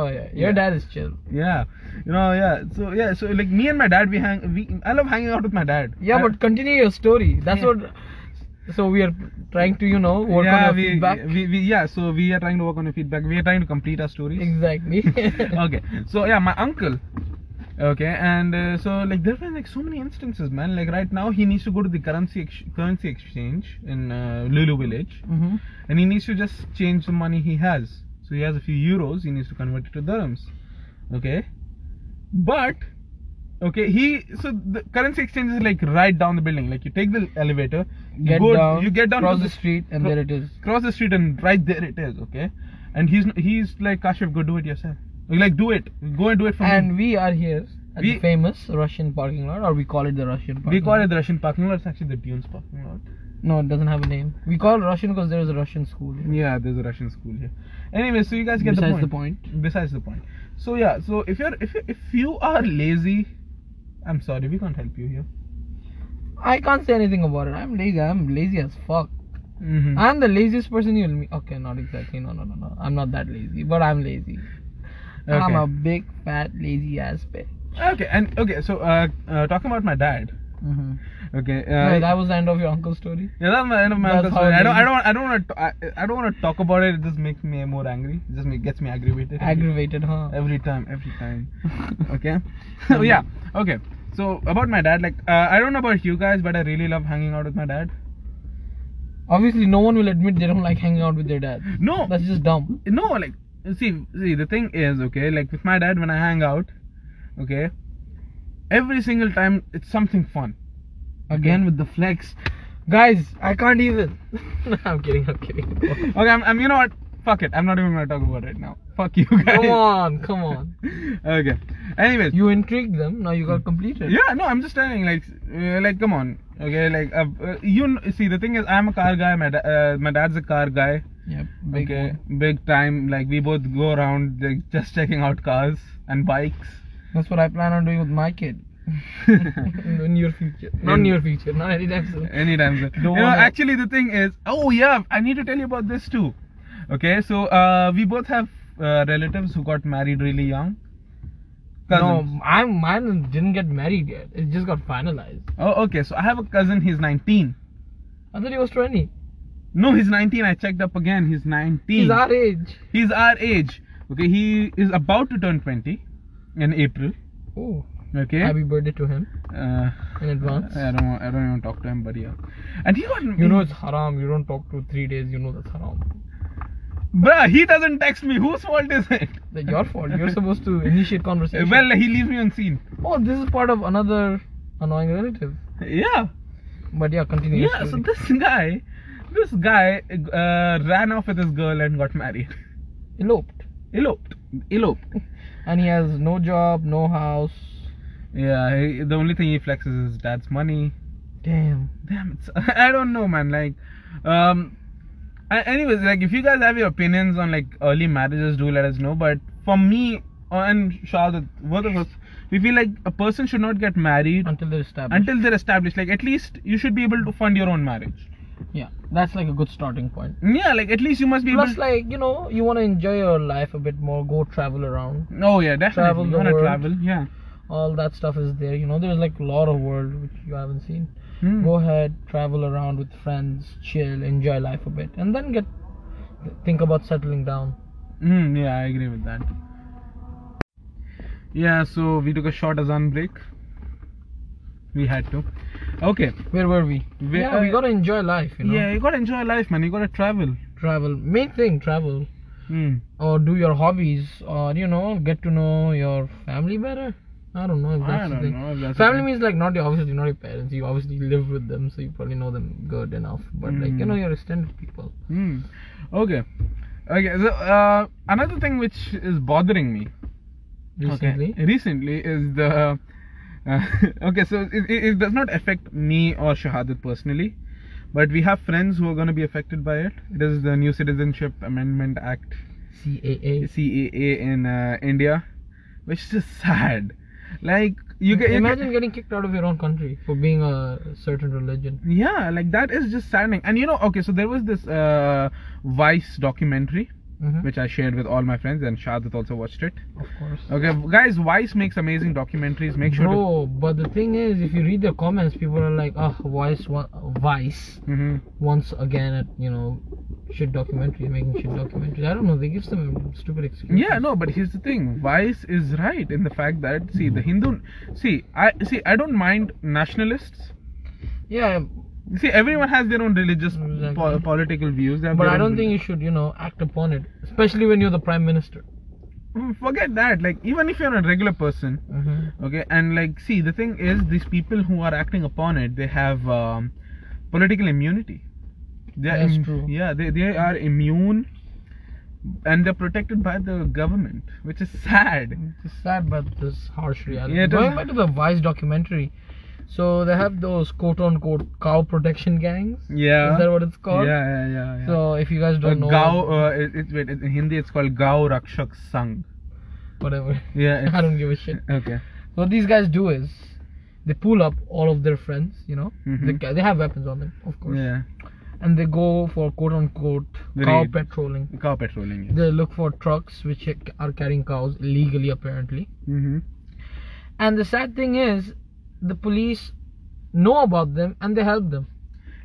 Speaker 2: Oh yeah, your
Speaker 1: Yeah.
Speaker 2: dad is chill.
Speaker 1: Yeah, you know, yeah. So yeah, so like me and my dad, we hang. We I love hanging out with my dad.
Speaker 2: Yeah,
Speaker 1: I-
Speaker 2: but continue your story. That's
Speaker 1: Yeah.
Speaker 2: what. So we are trying to, you know, work
Speaker 1: yeah,
Speaker 2: on our
Speaker 1: we,
Speaker 2: feedback.
Speaker 1: We, we yeah. So we are trying to work on the feedback. We are trying to complete our stories.
Speaker 2: [laughs] Exactly.
Speaker 1: [laughs] okay. So yeah, my uncle. Okay, and uh, so like there were like so many instances, man. Like right now, he needs to go to the currency ex- currency exchange in uh, Lulu village,
Speaker 2: hmm
Speaker 1: and he needs to just change the money he has. So he has a few euros. He needs to convert it to dirhams. Okay, but okay, he so the currency exchange is like right down the building. Like you take the elevator, you
Speaker 2: Get
Speaker 1: go,
Speaker 2: down.
Speaker 1: you get down
Speaker 2: Cross
Speaker 1: to
Speaker 2: the street, and
Speaker 1: cro-
Speaker 2: there it is.
Speaker 1: cross the street and right there it is okay and he's he's like kashif go do it yourself like do it go and do it for
Speaker 2: And
Speaker 1: me
Speaker 2: we are here at the
Speaker 1: We-
Speaker 2: famous Russian parking lot, or we call it the Russian. Parking
Speaker 1: we call it
Speaker 2: lot.
Speaker 1: the russian parking lot it's actually the dunes parking lot
Speaker 2: No, it doesn't have a name. We call it Russian because there is a Russian school. here.
Speaker 1: yeah there's a russian school here anyway so you guys get
Speaker 2: Besides
Speaker 1: the
Speaker 2: the
Speaker 1: point besides the point so yeah so if you're if you if you are lazy i'm sorry we can't help you here
Speaker 2: I can't say anything about it. I'm lazy. I'm lazy as fuck.
Speaker 1: mm-hmm.
Speaker 2: I'm the laziest person you'll meet. Okay, not exactly. No, no, no, no. I'm not that lazy, but I'm lazy. I'm a big, fat, lazy ass bitch.
Speaker 1: okay and okay so uh, uh talking about my dad
Speaker 2: Mm-hmm.
Speaker 1: okay uh,
Speaker 2: that was the end of your uncle's story.
Speaker 1: Yeah, that's my end of my
Speaker 2: That's
Speaker 1: uncle's
Speaker 2: how
Speaker 1: story. I don't, I
Speaker 2: lazy-
Speaker 1: don't, I don't want to, I, I don't want to talk about it. It just makes me more angry. It just make, gets me aggravated. every-
Speaker 2: Aggravated, huh?
Speaker 1: Every time, every
Speaker 2: [laughs]
Speaker 1: time. okay. so yeah. Okay. So about my dad, like uh, I don't know about you guys, but I really love hanging out with my dad.
Speaker 2: Obviously, no one will admit they don't like hanging out with their dad.
Speaker 1: No,
Speaker 2: That's just dumb.
Speaker 1: no, like see, see, the thing is, okay, like with my dad when I hang out, okay, every single time it's something fun. Again with the flex.
Speaker 2: Guys, I can't even. [laughs] I'm kidding. I'm [laughs] kidding.
Speaker 1: Okay, I'm, I'm, you know what? Fuck it. I'm not even gonna talk about it now. Fuck you guys.
Speaker 2: come on, come on.
Speaker 1: [laughs] okay. Anyways.
Speaker 2: You intrigued them. Now you got
Speaker 1: [laughs]
Speaker 2: completed.
Speaker 1: Yeah, no, I'm just telling. Like, uh, like, come on. Okay, like, uh, uh, you kn- see, the thing is, I'm a car guy. My da- uh, my dad's a car guy.
Speaker 2: Yep. Big
Speaker 1: okay,
Speaker 2: one.
Speaker 1: big time. Like we both go around like just checking out cars and
Speaker 2: [laughs]
Speaker 1: bikes.
Speaker 2: That's what I plan on doing with my kid. in the near future. Not
Speaker 1: In-
Speaker 2: near future. Not anytime soon.
Speaker 1: Anytime. soon.
Speaker 2: Don't
Speaker 1: You know,
Speaker 2: wanna-
Speaker 1: actually, the thing is, oh yeah, I need to tell you about this too. Okay, so uh, we both have uh, relatives who got married really young. Cousins.
Speaker 2: No, I mine didn't get married yet. It just got finalized.
Speaker 1: Oh, okay. So I have a cousin. He's 19.
Speaker 2: I thought he was 20.
Speaker 1: No, he's 19. I checked up again. He's 19.
Speaker 2: He's our age.
Speaker 1: He's our age. Okay, he is about to turn 20 in April.
Speaker 2: Oh,
Speaker 1: Okay.
Speaker 2: happy birthday to him
Speaker 1: Uh,
Speaker 2: in advance.
Speaker 1: I don't. Want, I don't even talk to him, but yeah. And he got.
Speaker 2: You know it's haram. You don't talk to three days. You know that's haram.
Speaker 1: bruh, he doesn't text me. Whose fault is it?
Speaker 2: That's
Speaker 1: [laughs]
Speaker 2: your fault. You're supposed to initiate
Speaker 1: Uh,
Speaker 2: conversation.
Speaker 1: Well, he leaves me on scene.
Speaker 2: oh, this is part of another annoying relative.
Speaker 1: Yeah.
Speaker 2: But yeah, continue. your
Speaker 1: Yeah. So
Speaker 2: story.
Speaker 1: this [laughs] guy, this guy uh, ran off with his girl and got married. [laughs]
Speaker 2: eloped,
Speaker 1: Eloped. Eloped.
Speaker 2: and he has no job, no house.
Speaker 1: Yeah. He, the only thing he flexes is his dad's money.
Speaker 2: Damn.
Speaker 1: damn it's [laughs] i don't know man like um a- anyways like if you guys have your opinions on like early marriages do let us know but for me uh, and Shahad, both of us we feel like a person should not get married
Speaker 2: Until they're established.
Speaker 1: until they're established like at least you should be able to fund your own marriage
Speaker 2: yeah, that's like a good starting point.
Speaker 1: yeah like at least you must be
Speaker 2: Plus,
Speaker 1: able
Speaker 2: like you know, you want to enjoy your life a bit more. Go travel around.
Speaker 1: oh yeah definitely
Speaker 2: travel
Speaker 1: you
Speaker 2: the
Speaker 1: wanna
Speaker 2: world.
Speaker 1: travel yeah
Speaker 2: All that stuff is there. You know, there's like a lot of world which you haven't seen.
Speaker 1: Hmm.
Speaker 2: Go ahead, travel around with friends, chill, enjoy life a bit, and then get think about settling down.
Speaker 1: Mm, yeah i agree with that yeah so we took a short azan break we had to okay
Speaker 2: Where were we?
Speaker 1: Where-
Speaker 2: yeah, we gotta enjoy life. You know,
Speaker 1: Yeah, you gotta enjoy life, man. You gotta travel.
Speaker 2: travel. Main thing, travel.
Speaker 1: Mm.
Speaker 2: or do your hobbies or you know get to know your family better i don't know if that's
Speaker 1: I
Speaker 2: the
Speaker 1: don't
Speaker 2: thing
Speaker 1: know. if That's
Speaker 2: family
Speaker 1: okay.
Speaker 2: means like not your obviously not your parents you obviously live with them so you probably know them good enough but like you
Speaker 1: Mm.
Speaker 2: know your extended people
Speaker 1: Mm. Okay. Okay. So uh, another thing which is bothering me
Speaker 2: recently
Speaker 1: okay, recently is the. Uh, [laughs] okay, so it, it, it does not affect me or Shahadat personally, but we have friends who are going to be affected by it. It is the new Citizenship Amendment Act,
Speaker 2: caa
Speaker 1: CAA, in uh, India, which is just sad. Like you get you get-
Speaker 2: imagine getting kicked out of your own country for being a certain religion
Speaker 1: yeah like that is just saddening and you know okay so there was this uh vice documentary
Speaker 2: Mhm.
Speaker 1: which i shared with all my friends and shadat also watched it
Speaker 2: of course
Speaker 1: okay guys vice makes amazing documentaries make sure to
Speaker 2: Bro, but the thing is, if you read the comments, people are like, "Ah, Vice, wa- Vice
Speaker 1: hmm
Speaker 2: once again at you know shit documentaries making shit documentaries i don't know they give some stupid excuses
Speaker 1: yeah no but here's the thing vice is right in the fact that see the hindu see i see i don't mind nationalists
Speaker 2: yeah
Speaker 1: see everyone has their own religious po-
Speaker 2: Exactly.
Speaker 1: political views they have
Speaker 2: but
Speaker 1: their
Speaker 2: i
Speaker 1: own
Speaker 2: don't
Speaker 1: beliefs.
Speaker 2: think you should you know act upon it especially when you're the prime minister
Speaker 1: Mm, forget that like even if you're a regular person
Speaker 2: mm-hmm.
Speaker 1: okay and like see the thing is these people who are acting upon it they have um, political immunity they are
Speaker 2: That's true.
Speaker 1: yeah they, they are immune and they're protected by the government which is sad
Speaker 2: it's sad but this harsh reality
Speaker 1: Yeah, it
Speaker 2: going
Speaker 1: is.
Speaker 2: back to the vice documentary so they have those quote unquote cow protection gangs
Speaker 1: yeah
Speaker 2: is that what it's called
Speaker 1: yeah yeah yeah, yeah.
Speaker 2: so if you guys
Speaker 1: Uh,
Speaker 2: don't know
Speaker 1: Gau, uh, it, it, wait, in Hindi it's called Gau Rakshak Sangh.
Speaker 2: whatever
Speaker 1: Yeah.
Speaker 2: [laughs] i
Speaker 1: it's-
Speaker 2: don't give a shit
Speaker 1: Okay.
Speaker 2: So what these guys do is they pull up all of their friends, you know.
Speaker 1: Mhm.
Speaker 2: They, ca- they have weapons on them, of course.
Speaker 1: Yeah.
Speaker 2: And they go for quote unquote
Speaker 1: The
Speaker 2: cow
Speaker 1: raid.
Speaker 2: patrolling.
Speaker 1: Cow patrolling. Yeah.
Speaker 2: They look for trucks which ca- are carrying cows illegally, apparently.
Speaker 1: Mm-hmm.
Speaker 2: And the sad thing is, the police know about them and they help them.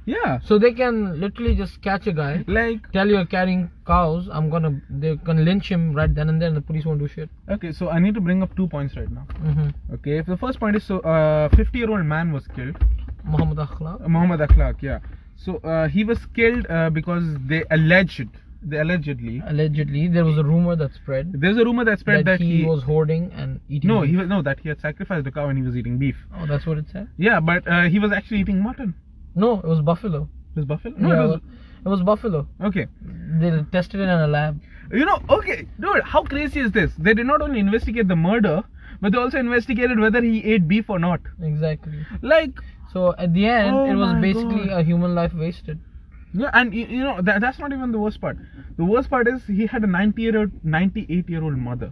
Speaker 1: Yeah.
Speaker 2: So they can literally just catch a guy,
Speaker 1: Like
Speaker 2: tell you're carrying cows, I'm gonna, they can lynch him right then and there, and the police won't do shit.
Speaker 1: okay, so I need to bring up two points right now.
Speaker 2: hmm
Speaker 1: Okay, the first point is so a 50 year old man was killed.
Speaker 2: Muhammad Akhlaq.
Speaker 1: Uh, Muhammad Akhlaq, yeah. So uh, he was killed uh, because they alleged, they allegedly.
Speaker 2: Allegedly, there was a rumor that spread.
Speaker 1: There's a rumor that spread that,
Speaker 2: he, was hoarding and eating.
Speaker 1: no,
Speaker 2: meat.
Speaker 1: he was no that he had sacrificed a cow and he was eating beef.
Speaker 2: Oh, that's what it said.
Speaker 1: Yeah, but uh, he was actually eating mutton.
Speaker 2: No, it was buffalo.
Speaker 1: It was buffalo. No,
Speaker 2: Yeah,
Speaker 1: it was
Speaker 2: it was buffalo.
Speaker 1: okay.
Speaker 2: They tested it in a lab.
Speaker 1: You know, okay, dude, how crazy is this? They did not only investigate the murder, but they also investigated whether he ate beef or not.
Speaker 2: Exactly.
Speaker 1: Like,
Speaker 2: So at the end,
Speaker 1: Oh
Speaker 2: it was
Speaker 1: my
Speaker 2: basically
Speaker 1: God.
Speaker 2: a human life wasted.
Speaker 1: Yeah, and you, you know that, that's not even the worst part. The worst part is he had a 90 year old, 98 year old mother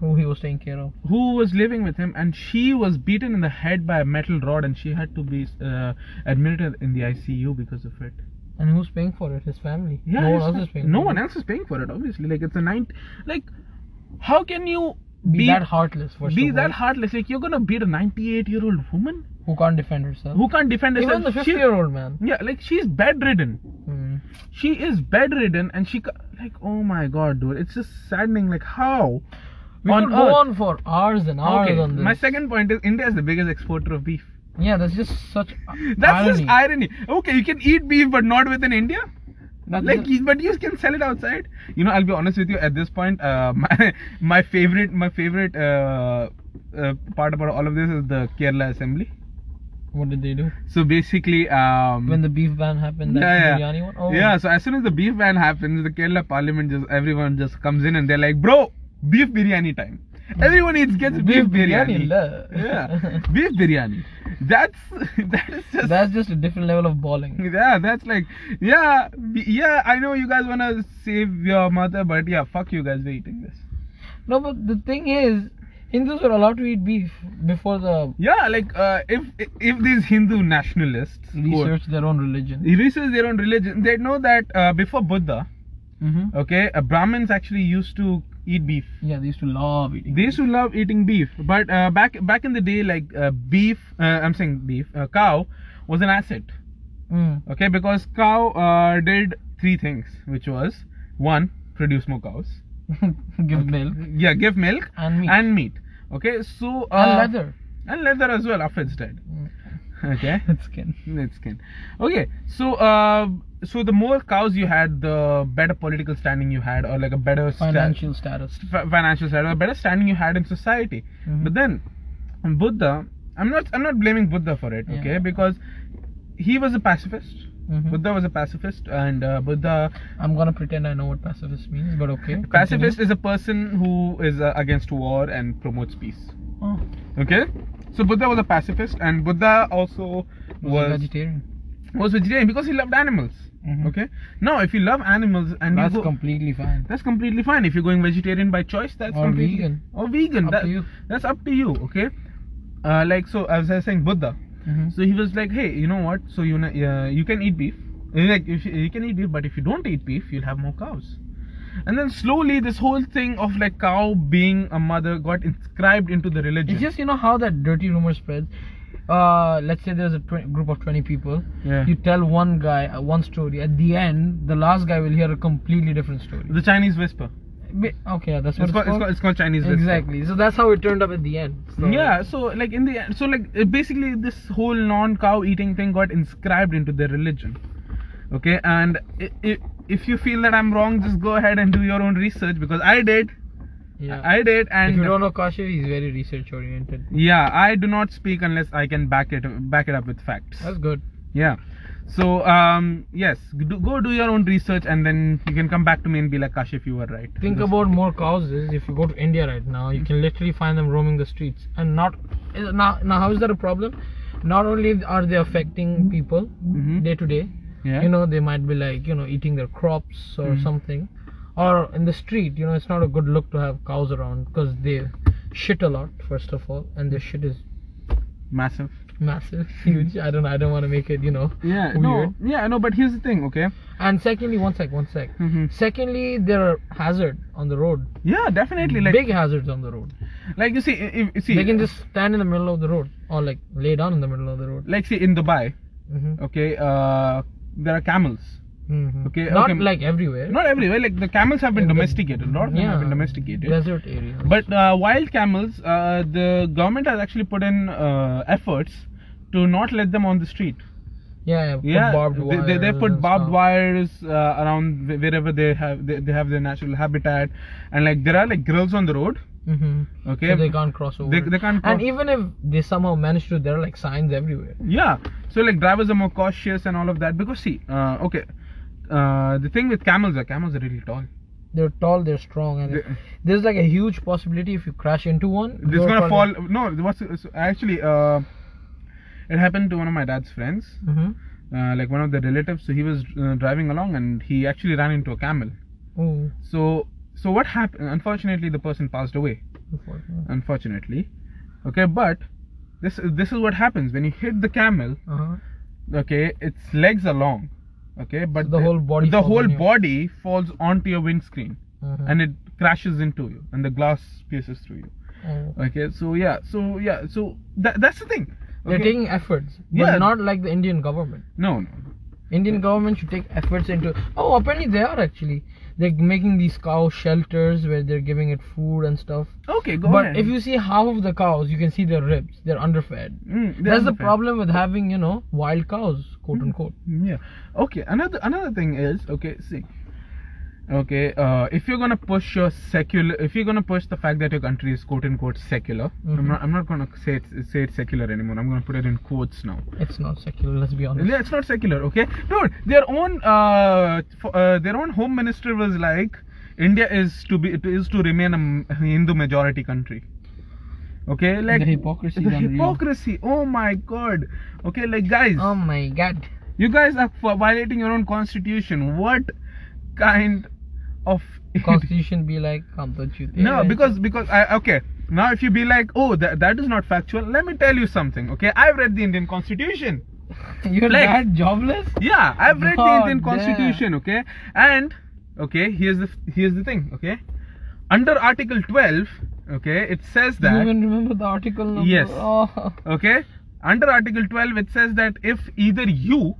Speaker 2: who he was taking care of.
Speaker 1: who was living with him, and she was beaten in the head by a metal rod, and she had to be uh, admitted in the ICU because of it.
Speaker 2: And who's paying for it? His family.
Speaker 1: Yeah,
Speaker 2: no one
Speaker 1: it's
Speaker 2: else
Speaker 1: not-
Speaker 2: is paying.
Speaker 1: No
Speaker 2: for
Speaker 1: one
Speaker 2: it.
Speaker 1: else is paying for it. Obviously, like it's a nine. Like, how can you
Speaker 2: Be
Speaker 1: beat-
Speaker 2: that heartless first
Speaker 1: be
Speaker 2: of
Speaker 1: that
Speaker 2: all,
Speaker 1: heartless? Like you're gonna beat a 98 year old woman
Speaker 2: who can't defend herself.
Speaker 1: who can't defend herself.
Speaker 2: Even the
Speaker 1: She-
Speaker 2: fifty-year-old man.
Speaker 1: yeah, like she's bedridden.
Speaker 2: Hmm.
Speaker 1: She is bedridden, and she ca- like oh my god, dude, it's just saddening. Like how
Speaker 2: We
Speaker 1: on
Speaker 2: could go
Speaker 1: earth.
Speaker 2: on for hours and hours
Speaker 1: okay,
Speaker 2: on this.
Speaker 1: my second point is India is the biggest exporter of beef.
Speaker 2: yeah, that's just such.
Speaker 1: That's
Speaker 2: irony.
Speaker 1: just irony. Okay, you can eat beef, but not within India.
Speaker 2: That's
Speaker 1: like,
Speaker 2: just-
Speaker 1: you- but you can sell it outside. You know, I'll be honest with you. At this point, uh, [laughs] my my favorite my favorite uh, uh, part about all of this is the Kerala assembly.
Speaker 2: What did they do
Speaker 1: So basically, um,
Speaker 2: when the beef ban happened? That
Speaker 1: yeah, yeah.
Speaker 2: biryani one. Oh.
Speaker 1: yeah. So as soon as the beef ban happens, the Kerala Parliament just everyone just comes in and they're like, bro, beef biryani time. Everyone eats gets beef,
Speaker 2: Beef biryani, la. [laughs]
Speaker 1: yeah, beef biryani. That's [laughs] that is just
Speaker 2: That's just a different level of balling.
Speaker 1: Yeah, that's like, yeah, b- yeah. I know you guys wanna save your mother, but yeah, fuck you guys. We're eating this.
Speaker 2: No, but the thing is, Hindus were allowed to eat beef before the
Speaker 1: Yeah, like uh, if if these Hindu nationalists who-
Speaker 2: research their own religion.
Speaker 1: they research their own religion, they know that uh, before Buddha,
Speaker 2: Mm-hmm.
Speaker 1: okay, uh, Brahmins actually used to eat beef.
Speaker 2: Yeah, they used to love eating.
Speaker 1: They used to love eating beef, but uh, back back in the day, like uh, beef, uh, I'm saying beef, uh, cow was an asset.
Speaker 2: Mm. [laughs]
Speaker 1: Okay, because cow uh, did three things, which was one, produce more cows.
Speaker 2: Give milk
Speaker 1: Yeah, give milk.
Speaker 2: and meat
Speaker 1: and meat. Okay, so uh,
Speaker 2: And leather.
Speaker 1: and leather as well after it's dead. [laughs]
Speaker 2: Mm. [laughs]
Speaker 1: Okay,
Speaker 2: It's skin.
Speaker 1: its skin. Okay, so uh, so the more cows you had, the better political standing you had, or like a better sta-
Speaker 2: Financial status.
Speaker 1: fi- financial standing, or better standing you had in society.
Speaker 2: Mhm.
Speaker 1: But then Buddha, I'm not I'm not blaming Buddha for it.
Speaker 2: Yeah.
Speaker 1: Okay, because he was a pacifist.
Speaker 2: Mhm.
Speaker 1: Buddha was a pacifist, and uh, Buddha
Speaker 2: I'm gonna pretend I know what pacifist means, but okay. continue.
Speaker 1: pacifist is a person who is uh, against war and promotes peace.
Speaker 2: Oh,
Speaker 1: Okay, so Buddha was a pacifist, and Buddha also
Speaker 2: was, a
Speaker 1: was
Speaker 2: vegetarian.
Speaker 1: was vegetarian because he loved animals.
Speaker 2: Mhm.
Speaker 1: Okay, now if you love animals and
Speaker 2: That's
Speaker 1: you go,
Speaker 2: completely fine.
Speaker 1: that's completely fine. If you're going vegetarian by choice, that's
Speaker 2: Or
Speaker 1: completely
Speaker 2: vegan.
Speaker 1: or vegan.
Speaker 2: Up
Speaker 1: that-
Speaker 2: to you.
Speaker 1: That's up to you. Okay, uh, like so as I was saying, Buddha.
Speaker 2: Mhm.
Speaker 1: So he was like, hey, you know what? So you know, uh, you can eat beef. Uh, Like if you, you can eat beef, but if you don't eat beef, you'll have more cows. And then slowly, this whole thing of like cow being a mother got inscribed into the religion.
Speaker 2: It's just you know how that dirty rumor spreads. Uh, let's say there's a tw- group of 20 people.
Speaker 1: Yeah.
Speaker 2: You tell one guy uh, one story. At the end, the last guy will hear a completely different story.
Speaker 1: the Chinese whisper.
Speaker 2: Ba- Okay, yeah, that's
Speaker 1: It's
Speaker 2: what
Speaker 1: called, it's called it's called Chinese whisper.
Speaker 2: Exactly. So that's how it turned up at the end. So,
Speaker 1: Yeah, so like in the end, so like uh, basically this whole non-cow eating thing got inscribed into their religion. Okay, and i- i- if you feel that I'm wrong, just go ahead and do your own research because I did,
Speaker 2: Yeah.
Speaker 1: I did, and
Speaker 2: if you don't know Kashyap, he's very research oriented.
Speaker 1: yeah, I do not speak unless I can back it back it up with facts.
Speaker 2: That's good.
Speaker 1: Yeah. So um yes, do, go do your own research and then you can come back to me and be like Kash if you were right.
Speaker 2: Think
Speaker 1: This-
Speaker 2: about more causes. If you go to India right now, you can literally find them roaming the streets, and not is- now. Now, how is that a problem? Not only are they affecting people
Speaker 1: Mhm.
Speaker 2: day to day,
Speaker 1: yeah.
Speaker 2: you know, they might be like you know eating their crops or
Speaker 1: Mhm.
Speaker 2: something, or in the street. You know, it's not a good look to have cows around because they shit a lot first of all, and their shit is
Speaker 1: massive.
Speaker 2: massive, [laughs] huge. I don't. I don't want to make it. You know.
Speaker 1: Hmm. Yeah,
Speaker 2: weird.
Speaker 1: no, yeah, no. But here's the thing, okay?
Speaker 2: And secondly, one sec, one sec.
Speaker 1: Mm-hmm.
Speaker 2: Secondly, there are hazard on the road.
Speaker 1: Yeah, definitely. Like,
Speaker 2: Big hazards on the road.
Speaker 1: like you see, if, you see, uh,
Speaker 2: they can just stand in the middle of the road or like lay down in the middle of the road.
Speaker 1: like see in Dubai,
Speaker 2: Mm-hmm.
Speaker 1: okay? Uh, there are camels. Okay,
Speaker 2: Not
Speaker 1: okay.
Speaker 2: like everywhere.
Speaker 1: Not everywhere. Like the camels have been
Speaker 2: In the-
Speaker 1: domesticated. A lot of them have been domesticated.
Speaker 2: Desert areas.
Speaker 1: But uh, wild camels, uh, the government has actually put in uh, efforts to not let them on the street.
Speaker 2: yeah, yeah, put
Speaker 1: yeah,
Speaker 2: barbed
Speaker 1: they, they, they
Speaker 2: wires
Speaker 1: put
Speaker 2: and
Speaker 1: barbed
Speaker 2: stuff.
Speaker 1: wires uh, around wh- wherever they have they, they have their natural habitat, and like there are like grills on the road.
Speaker 2: Mhm.
Speaker 1: Okay,
Speaker 2: So they can't cross over.
Speaker 1: They- they can't
Speaker 2: And
Speaker 1: cross-
Speaker 2: even if they somehow manage to, there are like signs everywhere.
Speaker 1: yeah so like drivers are more cautious and all of that because see uh, okay uh, the thing with camels are camels are really tall
Speaker 2: They're tall, they're strong, and
Speaker 1: They-
Speaker 2: there's like a huge possibility if you crash into one.
Speaker 1: it's
Speaker 2: you're
Speaker 1: gonna fall
Speaker 2: probably-
Speaker 1: no what's so actually uh, it happened to one of my dad's friends
Speaker 2: Mhm.
Speaker 1: uh, like one of the relatives. So he was uh, driving along and he actually ran into a camel.
Speaker 2: Oh,
Speaker 1: So so what happened? Unfortunately, the person passed away.
Speaker 2: unfortunate.
Speaker 1: Unfortunately, okay. But this this is what happens when you hit the camel.
Speaker 2: Uh-huh.
Speaker 1: Okay, its legs are long. Okay, but
Speaker 2: the whole body
Speaker 1: the
Speaker 2: falls
Speaker 1: whole
Speaker 2: on you.
Speaker 1: body falls onto your windscreen
Speaker 2: Uh-huh.
Speaker 1: and it crashes into you and the glass pierces through you.
Speaker 2: Oh.
Speaker 1: Okay, so yeah, so yeah, so that, that's the thing.
Speaker 2: They're
Speaker 1: Okay.
Speaker 2: taking efforts, but
Speaker 1: Yeah.
Speaker 2: not like the Indian government.
Speaker 1: no, no,
Speaker 2: Indian government should take efforts into. Oh, apparently they are actually. They're making these cow shelters where they're giving it food and stuff.
Speaker 1: Okay, go
Speaker 2: but
Speaker 1: ahead.
Speaker 2: if you see half of the cows, you can see their ribs. They're underfed.
Speaker 1: Mm, they're
Speaker 2: That's the
Speaker 1: underfed.
Speaker 2: problem with having, you know, wild cows, quote unquote.
Speaker 1: Yeah. Okay. Another another thing is okay. See. Okay. Uh, if you're gonna push your secular, if you're gonna push the fact that your country is quote unquote secular, I'm
Speaker 2: Mhm.
Speaker 1: not I'm not gonna say it's say it's secular anymore. I'm gonna put it in quotes now.
Speaker 2: It's not secular, let's be honest.
Speaker 1: Yeah, it's not secular, okay? Dude, their own uh, f- uh, their own home minister was like, India is to be it is to remain a m- Hindu majority country. Okay, like
Speaker 2: the hypocrisy is
Speaker 1: the
Speaker 2: unreal.
Speaker 1: hypocrisy. Oh my god. Okay, like guys,
Speaker 2: Oh my god.
Speaker 1: you guys are for violating your own constitution. What kind of [laughs]
Speaker 2: Constitution be like, come don't you
Speaker 1: no?
Speaker 2: dare. [laughs]
Speaker 1: Because because I okay. Now, if you be like, oh, that, that is not factual, let me tell you something, okay? I've read the Indian Constitution.
Speaker 2: you're
Speaker 1: like-
Speaker 2: that jobless.
Speaker 1: Yeah, I've read the
Speaker 2: God
Speaker 1: Indian
Speaker 2: damn.
Speaker 1: Constitution, okay? And okay, here's the here's the thing, okay? Under Article 12, okay, it says
Speaker 2: Do You
Speaker 1: that
Speaker 2: even remember the article number?
Speaker 1: Yes.
Speaker 2: Oh.
Speaker 1: okay, under Article 12 it says that if either you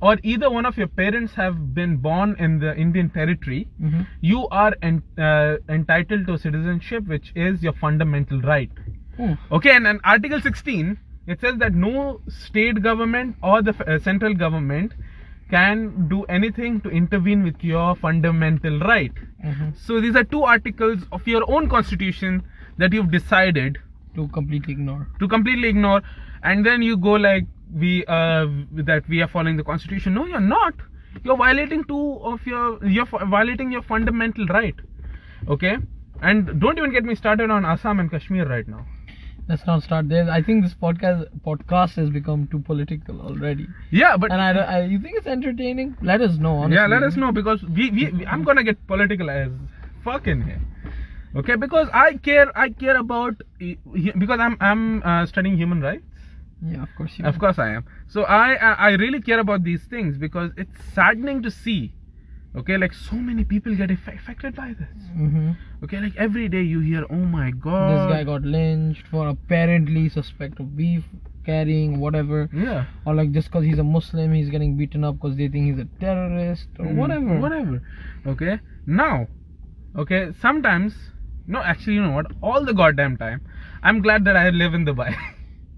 Speaker 1: or either one of your parents have been born in the Indian territory,
Speaker 2: hmm
Speaker 1: you are en- uh, entitled to citizenship which is your fundamental right. Okay, and, and Article 16 it says that no state government or the f- uh, central government can do anything to intervene with your fundamental right.
Speaker 2: hmm
Speaker 1: So these are two articles of your own constitution that you've decided
Speaker 2: To completely ignore.
Speaker 1: to completely ignore, and then you go like we uh, that we are following the constitution. No, you're not. You're violating two of your you're fi- violating your fundamental right. Okay, and don't even get me started on Assam and Kashmir right now.
Speaker 2: Let's not start there. I think this podcast podcast has become too political already.
Speaker 1: Yeah, but
Speaker 2: and I, don't- I, you think it's entertaining? Let us know. Honestly.
Speaker 1: yeah let us know because we, we, we i'm gonna get political as fuck in here okay because i care i care about because i'm i'm uh, studying human rights
Speaker 2: Yeah, of course. You
Speaker 1: of course i am so I, I i really care about these things because it's saddening to see okay like so many people get affe- affected by this
Speaker 2: hmm
Speaker 1: okay like every day you hear oh my
Speaker 2: This
Speaker 1: god
Speaker 2: guy got lynched for apparently suspect of beef carrying, whatever,
Speaker 1: yeah
Speaker 2: or like just because he's a Muslim, he's getting beaten up because they think he's a terrorist or
Speaker 1: Mm,
Speaker 2: whatever.
Speaker 1: Whatever. Okay. Now, okay, sometimes, no, actually, you know what? All the goddamn time, I'm glad that I live in Dubai. [laughs]